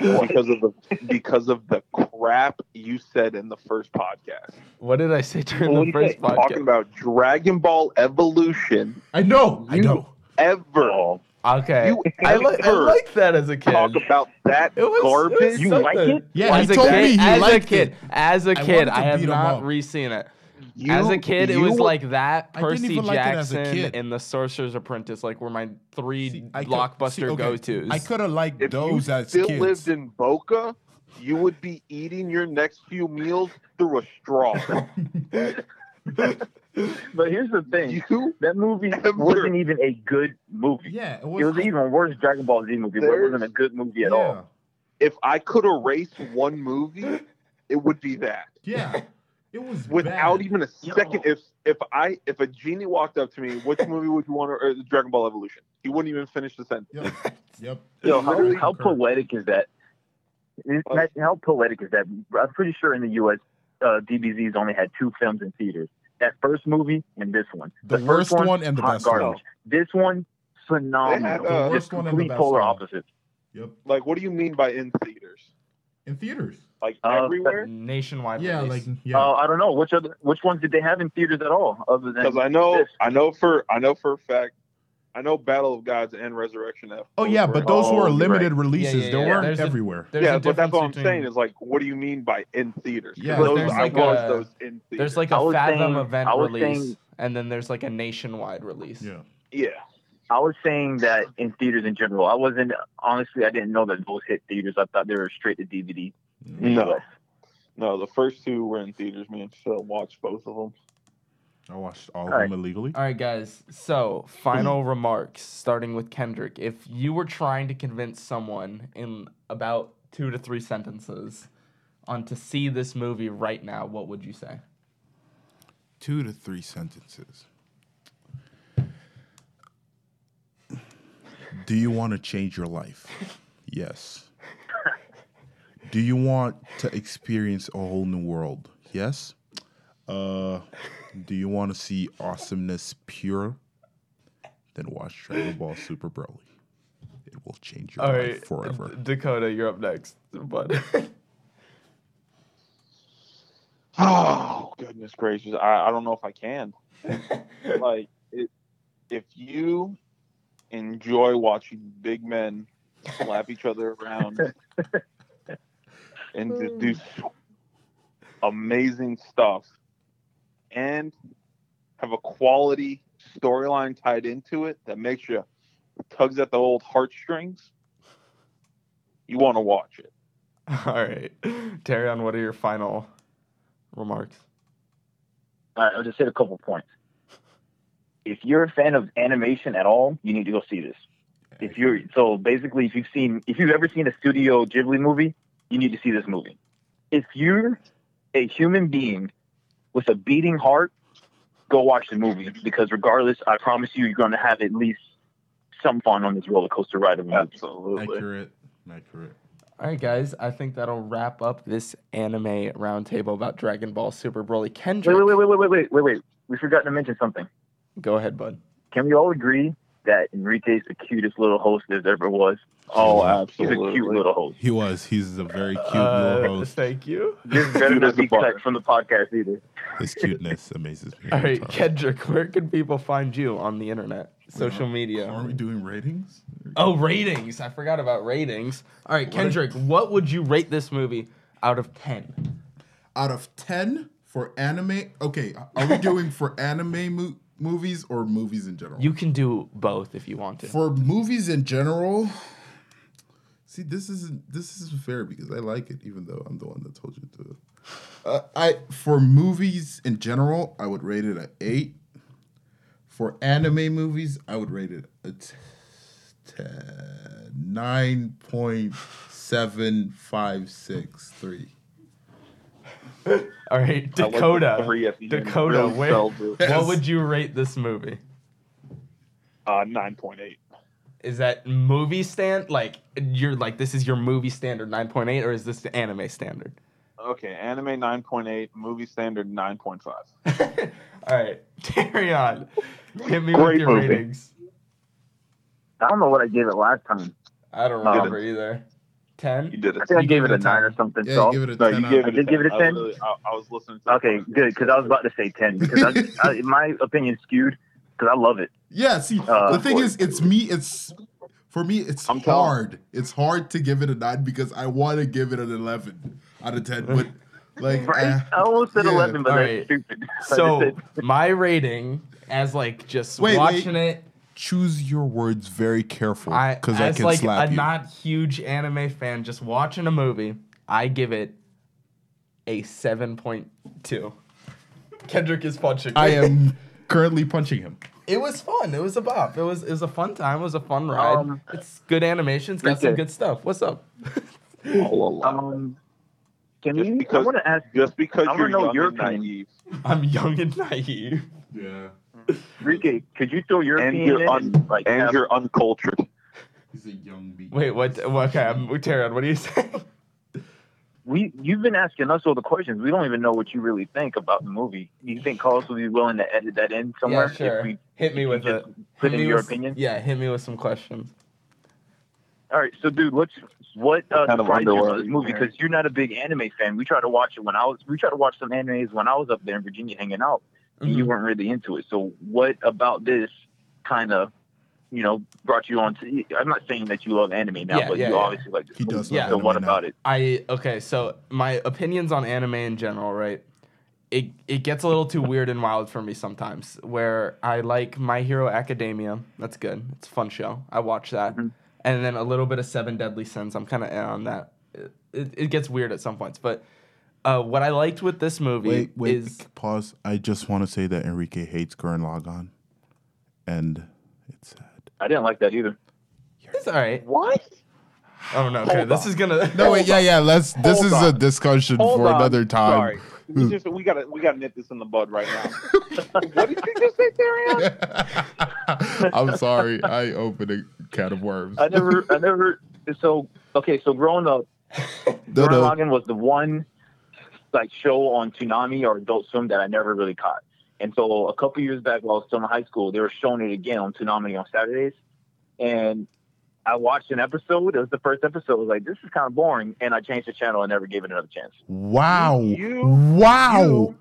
because of the because of the crap you said in the first podcast.
What did I say during
Well,
the
you
first
said
Talking
podcast?
about Dragon Ball Evolution
I know. I
You-
know.
ever.
Oh, Okay.
You
I, li- I
ever
like that as a kid.
talk about that
It was,
garbage.
It was
You like
something.
it?
Yeah,
as
he
a
told
kid,
me he
as
liked
a kid,
it.
as a
I
kid,
wanted to
I have
beat him
not
up.
re-seen it.
You-
as a kid, it was
you-
like that.
I didn't
Percy
even like it as a
Jackson
kid.
and The Sorcerer's Apprentice, like, were my three
See, I could-
blockbuster
see, okay,
go-tos.
I could have liked
if
those
you
as
still
kids.
lived in Boca, you would be eating your next few meals through a straw.
But here's the thing.
you
That movie
Ever.
wasn't even a good movie.
yeah, it was.
It was even worse Dragon Ball Z movie, but it
There's-
wasn't a good movie
yeah,
at all.
if I could erase one movie, it would be that.
yeah, it was
Without
bad.
even a second if if I if a genie walked up to me, which movie would you want to or Dragon Ball Evolution? He wouldn't even finish the sentence.
Yep. Yep.
Yo, how,
Literally-
how poetic is that? It-
Like-
that- how poetic is that? I'm pretty sure in the U.S., uh, DBZ's only had two films in theaters. That first movie and this one.
The
first
worst one and the
hot
best one.
garbage. This one, phenomenal.
They had, uh,
Just
worst
The
one and the
complete
best
polar
one.
opposites.
Yep.
Like what do you mean by in theaters?
In theaters.
Like
Uh,
everywhere?
Nationwide
Yeah, like
release.
yeah.
Uh, I don't know which other, which ones did they have in theaters at all, other than
Because I know
this.
I know for I know for a fact I know Battle of Gods and Resurrection F.
oh yeah, but those
Oh,
were
you're right.
limited releases.
yeah,
they
yeah.
weren't
There's a-
everywhere.
There's
yeah,
a
but that's what I'm
difference
saying
between-
is like, what do you mean by in theaters? 'Cause
Yeah,
those,
there's
I
like
watched
a-
those in theaters.
There's like
I
a
was
Fathom
saying-
event
I was
release,
saying-
and then there's like a nationwide release.
Yeah.
yeah,
I was saying that in theaters in general. I wasn't honestly. I didn't know that those hit theaters. I thought they were straight to DVD.
no, no. The first two were in theaters. Me and Phil watched both of them.
I watched all, of
Alright.
them illegally.
All right, guys. So, final remarks, starting with Kendrick. If you were trying to convince someone in about two to three sentences on to see this movie right now, what would you say?
Two to three sentences. Do you want to change your life? Yes. Do you want to experience a whole new world? Yes. Uh, do you want to see awesomeness pure? then watch Dragon Ball Super Broly. It will change your
All
life
right,
forever.
D- Dakota, you're up next. But
Oh goodness gracious! I, I don't know if I can. like, it, if you enjoy watching big men slap each other around and just do amazing stuff, and have a quality storyline tied into it that makes you tugs at the old heartstrings, you want to watch it.
all right, Terry, on what are your final remarks?
All right, I'll just hit a couple points. If you're a fan of animation at all, you need to go see this. If you're so basically, if you've seen, if you've ever seen a Studio Ghibli movie, you need to see this movie. If you're a human being with a beating heart, go watch the movie because regardless, I promise you, you're going to have at least some fun on this roller coaster ride of a movie.
Absolutely.
Accurate. Accurate.
All right, guys, I think that'll wrap up this anime roundtable about Dragon Ball Super Broly. Kendrick,
Wait, wait, wait, wait, wait, wait, wait, wait. We forgot to mention something.
go ahead, bud.
Can we all agree that Enrique's the cutest little host there's ever was?
Oh,
He's a
absolutely.
cute little host.
He was. He's a very cute
Uh,
little host.
Thank you.
This better
Cute as
not
the
be
bar.
cut from the podcast either.
His cuteness amazes me.
All
every
right,
time.
Kendrick, where can people find you on the internet, social
Are
media?
we doing ratings?
Oh, ratings. I forgot about ratings. All right, Kendrick, what would you rate this movie out of 10?
Out of 10 for anime. Okay, are we doing for anime mo- movies or movies in general?
You can do both if you want to.
for movies in general. See, this isn't this isn't fair because I like it, even though I'm the one that told you to. Uh, I for movies in general, I would rate it a eight. For anime movies, I would rate it a t- t- nine point seven five six three.
All right,
I like the
Dakota.
three at the end. It
Dakota,
really
where-
sells it.
What would you rate this movie?
Uh, nine point eight.
Is that movie stand like you're like this is your movie standard 9.8 or is this the anime standard?
Okay, anime nine point eight, movie standard nine point five.
All right, carry on. Hit me with
Great
your
movie.
ratings.
I don't know what I gave it last time.
I don't
Um,
remember either.
You
10?
did it.
I think I
You
gave it a nine or something.
Yeah,
so
you give it a
No,
ten.
you
out
gave
of-
it.
I did give it a
I
10?
literally- I, I was listening. To
okay, good, because I was about to say ten because I, I, my opinion's skewed because I love it.
yeah, see,
Uh,
the thing is, it's me. It's for me. It's
I'm telling-
hard. It's hard to give it a nine because I want to give it an eleven out of ten, but like.
Right?
eh.
I almost said
yeah.
eleven, but
All
that's
right.
stupid. I just
So
said-
my rating as like just
Wait, wait.
watching it,
choose your words very careful
I
because I,
as
can
like
slap
a
you.
not huge anime fan, just watching a movie, I give it a 7.2. Kendrick is punching.
I
me.
am currently punching him.
It was fun. It was a bop. It was it was a fun time. It was a fun ride.
Um,
it's good animations. Got some
okay.
good stuff. What's up?
Oh, um, can
Just
you? I
because-
want to ask
Just because
I wanna
you're
know
young
your
and
opinion.
naive
I'm young and naive.
Yeah,
Enrique, could you throw your
And
opinion
you're
in
un-
and, like
and
have-
you're uncultured,
he's a young beat.
Wait, what? what- Okay, I'm Taron. What are you saying?
we you've been asking us all the questions. We don't even know what you really think about the movie. Do you think Carlos will be willing to edit that in somewhere?
yeah, sure.
If we,
hit me
if
with
you
it.
just
Hit
put
me
in your
with-
opinion.
Yeah, hit me with some questions.
All right, so dude, what's what uh,
Kind of
surprised you about
underwhelming,
this movie?
yeah.
Because you're not a big anime fan. We tried to watch it when I was we tried to watch some animes when I was up there in Virginia hanging out, and you
Mhm.
weren't really into it. So what about this kind of you know brought you on to? I'm not saying that you love anime now,
Yeah,
but
yeah,
you
yeah.
obviously like this
He does
movie.
love
So what
anime now.
about it?
I okay, so my opinions on anime in general, right? It it gets a little too weird and wild for me sometimes. Where I like My Hero Academia, that's good. It's a fun show. I watch that,
Mhm.
and then a little bit of Seven Deadly Sins. I'm kind of on that. It, it, it gets weird at some points, but uh, what I liked with this movie
Wait, wait,
is
pause. I just want to say that Enrique hates Gurren Lagann, and it's sad.
I didn't like that either.
it's all right.
What?
I don't know. Okay, this is gonna
No, wait, yeah, yeah. Let's. This
Hold
is a
on.
discussion
Hold
for
on.
another time.
Sorry, we just we gotta we gotta nip this in the bud right now. what did you just say, Darian?
I'm sorry. I opened a can of worms.
I never, I never. So okay, so growing up,
No,
Gurren
no.
Lagann was the one like show on Toonami or Adult Swim that I never really caught. And so a couple years back, while I was still in high school, they were showing it again on Toonami on Saturdays, and I watched an episode. It was the first episode. I was like, this is kind of boring, and I changed the channel and never gave it another chance.
Wow.
You-
wow.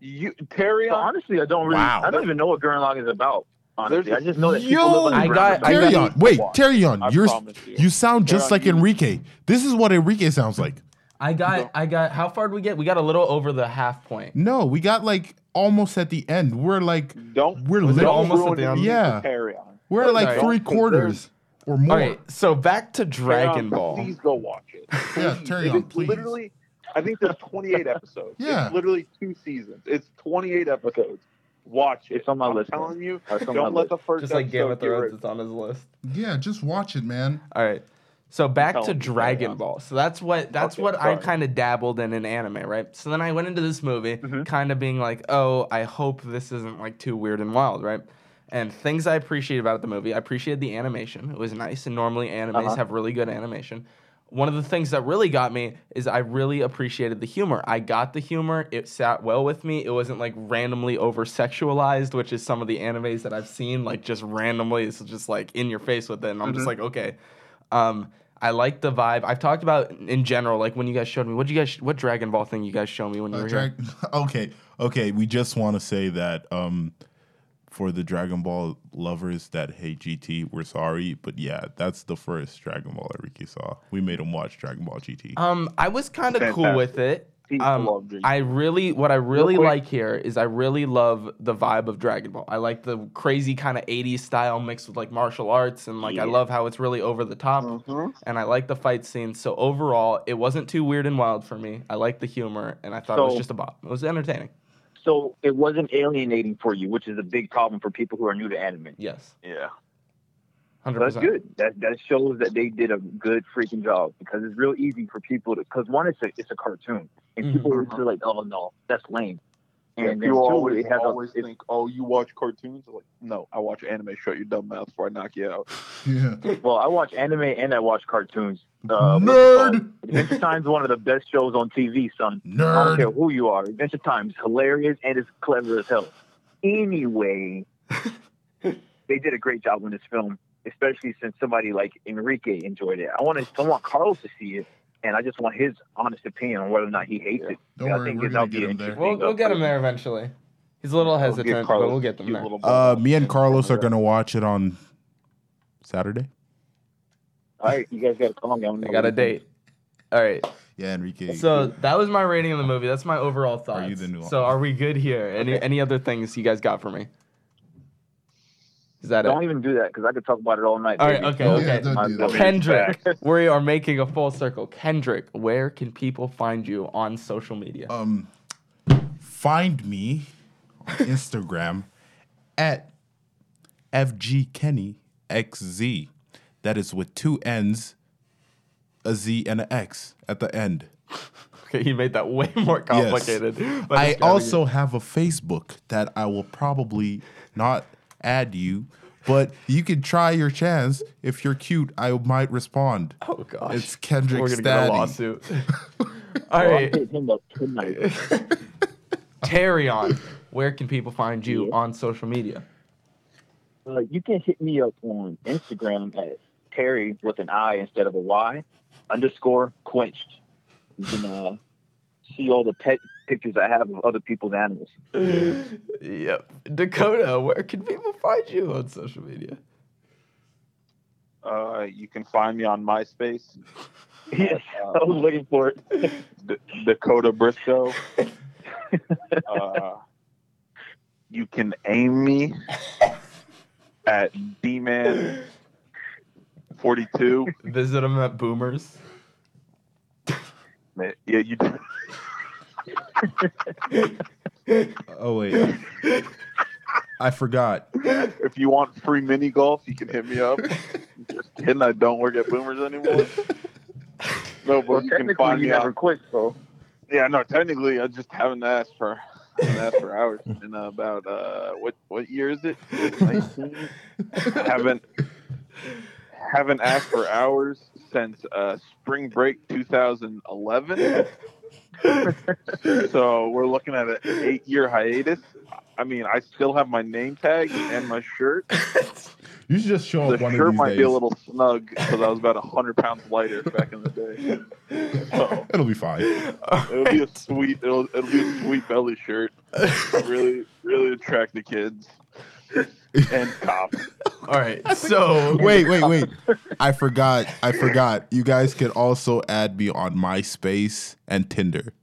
You, you Terry
So honestly, I don't really,
Wow.
I don't even know what Gurren Logg is about. Honestly,
There's-
I just know that people
Yo!
live
I
underground.
got- I got-
Carry on. Wait, carry on.
I
You're
promise you.
you sound just
Carry
like
on, you-
Enrique. This is what Enrique sounds like.
I got, I got. How far did we get? We got a little over the half point.
No, we got like almost at the end. We're like
don't
We're
don't
lit-
almost
ruin
at the end.
it for
Yeah.
Carry on.
we're at like
Alright.
three quarters or more.
All right, so back to Dragon
Carry on,
Ball.
Please go watch it. Please.
Yeah, carry
It
on,
is
please.
Literally, I think there's 28 episodes.
Yeah.
It's literally two seasons. It's 28 episodes. Watch it.
It's on my
I'm
list, man.
telling you,
It's on
don't
my
let the first
Just like Game of
episode get
Thrones,
rid-
it's on his list.
Yeah, just watch it, man.
All right. So back to
telling you, carry
Dragon
on.
Ball. So that's what that's
Okay,
what I
sorry.
kind of dabbled in in anime, right? So then I went into this movie
Mm-hmm.
kind of being like, "Oh, I hope this isn't like too weird and wild, right?" And things I appreciate about the movie, I appreciated the animation. It was nice, and normally animes
Uh-huh.
have really good animation. One of the things that really got me is I really appreciated the humor. I got the humor. It sat well with me. It wasn't like randomly over sexualized, which is some of the animes that I've seen, like just randomly. It's just like in your face with it. And I'm just like,
Mm-hmm.
okay. Um, I like the vibe. I've talked about in general, like when you guys showed me, what you guys, what Dragon Ball thing you guys showed me when you
Uh,
were here.
Drag- okay, okay. We just want to say that um, for the Dragon Ball lovers that hate GT, we're sorry, but yeah, that's the first Dragon Ball Enrique saw. We made him watch Dragon Ball GT.
Um, I was kind of cool with it.
People love
Um,
Dragon
I really, what I really
quick.
like here is I really love the vibe of Dragon Ball. I like the crazy kind of 80s style mixed with like martial arts, and like I love how it's really over the top.
Mhm.
And I like the fight scenes. So overall, it wasn't too weird and wild for me. I like the humor, and I thought it was
So-
just a bop. It was entertaining.
so it wasn't alienating for you, which is a big problem for people who are new to anime.
Yes,
Yeah.
hundred
That's
percent.
good. That that shows that they did a good freaking job because it's real easy for people to. Because one, it's a it's a cartoon, and
Mm-hmm.
people are still like, "Oh no, that's lame."
Yeah,
And then
you
two,
always,
it has a-
always
it's-
think, oh, you watch cartoons? Like, no, I watch anime. Shut your dumb mouth before I knock you out.
yeah.
Well, I watch anime and I watch cartoons. Uh, what's it called?
Nerd,
Adventure Time's one of the best shows on TV, son. I don't care
nerd.
who you are. Adventure Time's hilarious and it's clever as hell. Anyway, they did a great job on this film, especially since somebody like Enrique enjoyed it. I want to, I want Carlos to see it, and I just want his honest opinion on whether or not he hates it.
Don't
I
worry,
think
we're
it's
gonna
out
get
there.
him there.
We'll, we'll get him there eventually. He's a little
We'll get
hesitant, but
Carlos
we'll
a
get them
cute
there.
little
Uh,
bubble.
me and Carlos are gonna watch it on Saturday.
All right, you guys got to calm down.
I got a date. All right.
Yeah, Enrique.
So that was my rating of the movie. That's my overall thoughts.
you the new
so are we good here? Any any other things you guys got for me? Is that
Don't
it?
even do that because I could talk about it all night.
All right.
baby.
Okay.
Yeah,
Okay.
don't
My
do
bad.
that.
Kendrick, we are making a full circle. Kendrick, where can people find you on social media?
um, find me on Instagram at fgkennyxz. That is with two N's, a Z and an X at the end.
okay, he made that way more complicated. but
I
it's gotta
also have a Facebook that I will probably not add you, but you can try your chance. If you're cute, I might respond.
be- Oh gosh.
It's Kendrick
We're gonna get a
Staddy.
lawsuit. All
Well, I
right.
paid him the midnight.
Terry on. Where can people find you on social media?
Uh, you can hit me up on Instagram at Terry with an I instead of a Y underscore quenched. You can uh, see all the pet pictures I have of other people's animals.
Yep. Dakota, where can people find you on social media?
Uh, you can find me on MySpace,
Yes, I was looking for it.
D- Dakota Briscoe. uh, you can aim me at D-Man42.
Visit them at Boomers.
Yeah, you
Oh, wait. I forgot.
if you want free mini golf, you can hit me up. Just kidding, I don't work at Boomers anymore. No, but
Well,
you can find
technically, you
me.
never
On,
quit, so
yeah, no, technically, I just haven't asked for haven't asked for hours in about uh, what what year is it? 19? haven't haven't asked for hours since uh, spring break 2011. so we're looking at an eight-year hiatus. I mean, I still have my name tag and my shirt.
You should just show
The
up Oh, one
shirt
of these
might
days.
be a little snug because I was about 100 pounds lighter back in the day. So
It'll be fine.
it'll be a sweet, it'll, it'll be a sweet belly shirt. Really, really attract the kids and cops.
All right. So
wait, wait, wait. I forgot. I forgot. You guys can also add me on MySpace and Tinder.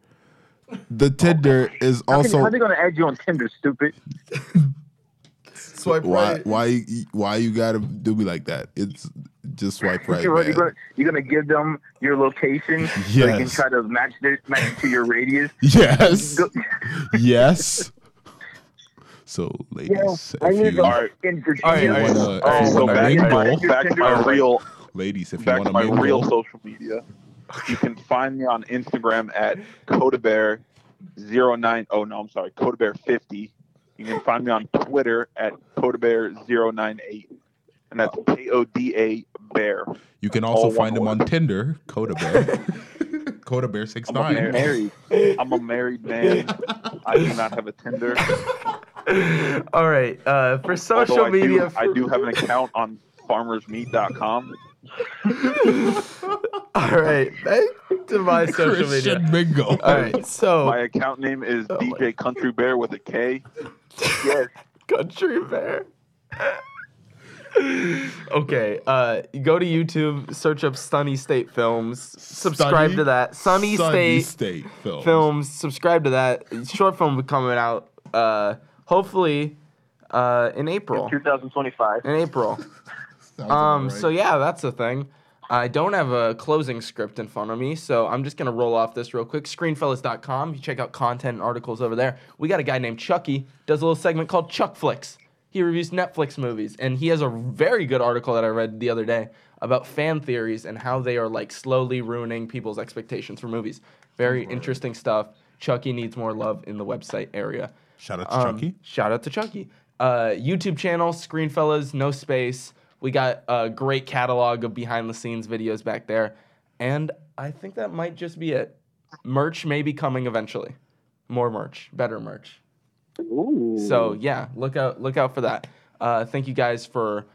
The Tinder is
Also, how
also
are they gonna add you on Tinder, stupid?
swipe
why
right.
why why you gotta do me like that? It's just swipe right.
you're,
Man.
you're gonna you're gonna give them your location so they can
Yes.
try to match their, match it to your radius.
Yes,
Go,
yes. So, ladies,
I
if
live
you,
All right.
in Virginia.
All right, all right.
wanna- if
Oh,
you
so
wanna
back,
mingle.
back, back to my real
ladies, if you
back
want
to
to
my
mingle,
real social media. You can find me on Instagram at Codabear 09 oh no, I'm sorry, Codabear 50. You can find me on Twitter at Codabear 098. And that's K O D A Bear.
you can also
all one
find him on Tinder, Coda Bear, Coda Bear six
I'm a
nine.
married. I'm a married man. I do not have a Tinder.
All right. Uh, for social
although I
media,
Do, I do have an account on farmersmeat.com.
All right. Back to my social media.
Christian Mingo.
All right. So
My account name is
Oh my-
DJ Country Bear with a K.
Yes.
country bear. okay, uh, go to YouTube, search up Sunny State Films, subscribe
Sunny-
to that. Sunny,
Sunny
State
State films.
Films, subscribe to that. Short film will be coming out uh, hopefully uh, in April.
2025.
In April.
Sounds
Um,
about
so
right.
yeah, that's the thing. I don't have a closing script in front of me, so I'm just gonna roll off this real quick. Screenfellas.com. You check out content and articles over there. We got a guy named Chucky does a little segment called Chuck Flicks. He reviews Netflix movies, and he has a very good article that I read the other day about fan theories and how they are like slowly ruining people's expectations for movies. Very interesting stuff. Chucky needs more love in the website area.
shout out to
Um,
Chucky.
Shout out to Chucky. Uh, YouTube channel, Screenfellas, No Space. We got a great catalog of behind the scenes videos back there. And I think that might just be it. Merch may be coming eventually. More merch, better merch. So yeah, look out look out for that. Uh, thank you guys for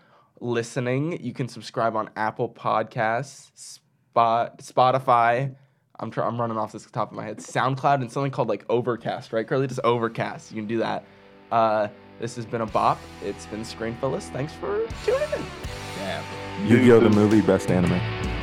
listening. You can subscribe on Apple Podcasts, Spot, Spotify. I'm try- I'm running off this top of my head. SoundCloud and something called like Overcast, right? Curly, just Overcast. You can do that. Uh, this has been a bop. It's been Screen Phyllis. Thanks for tuning in.
Yu-Gi-Oh! the movie, best anime.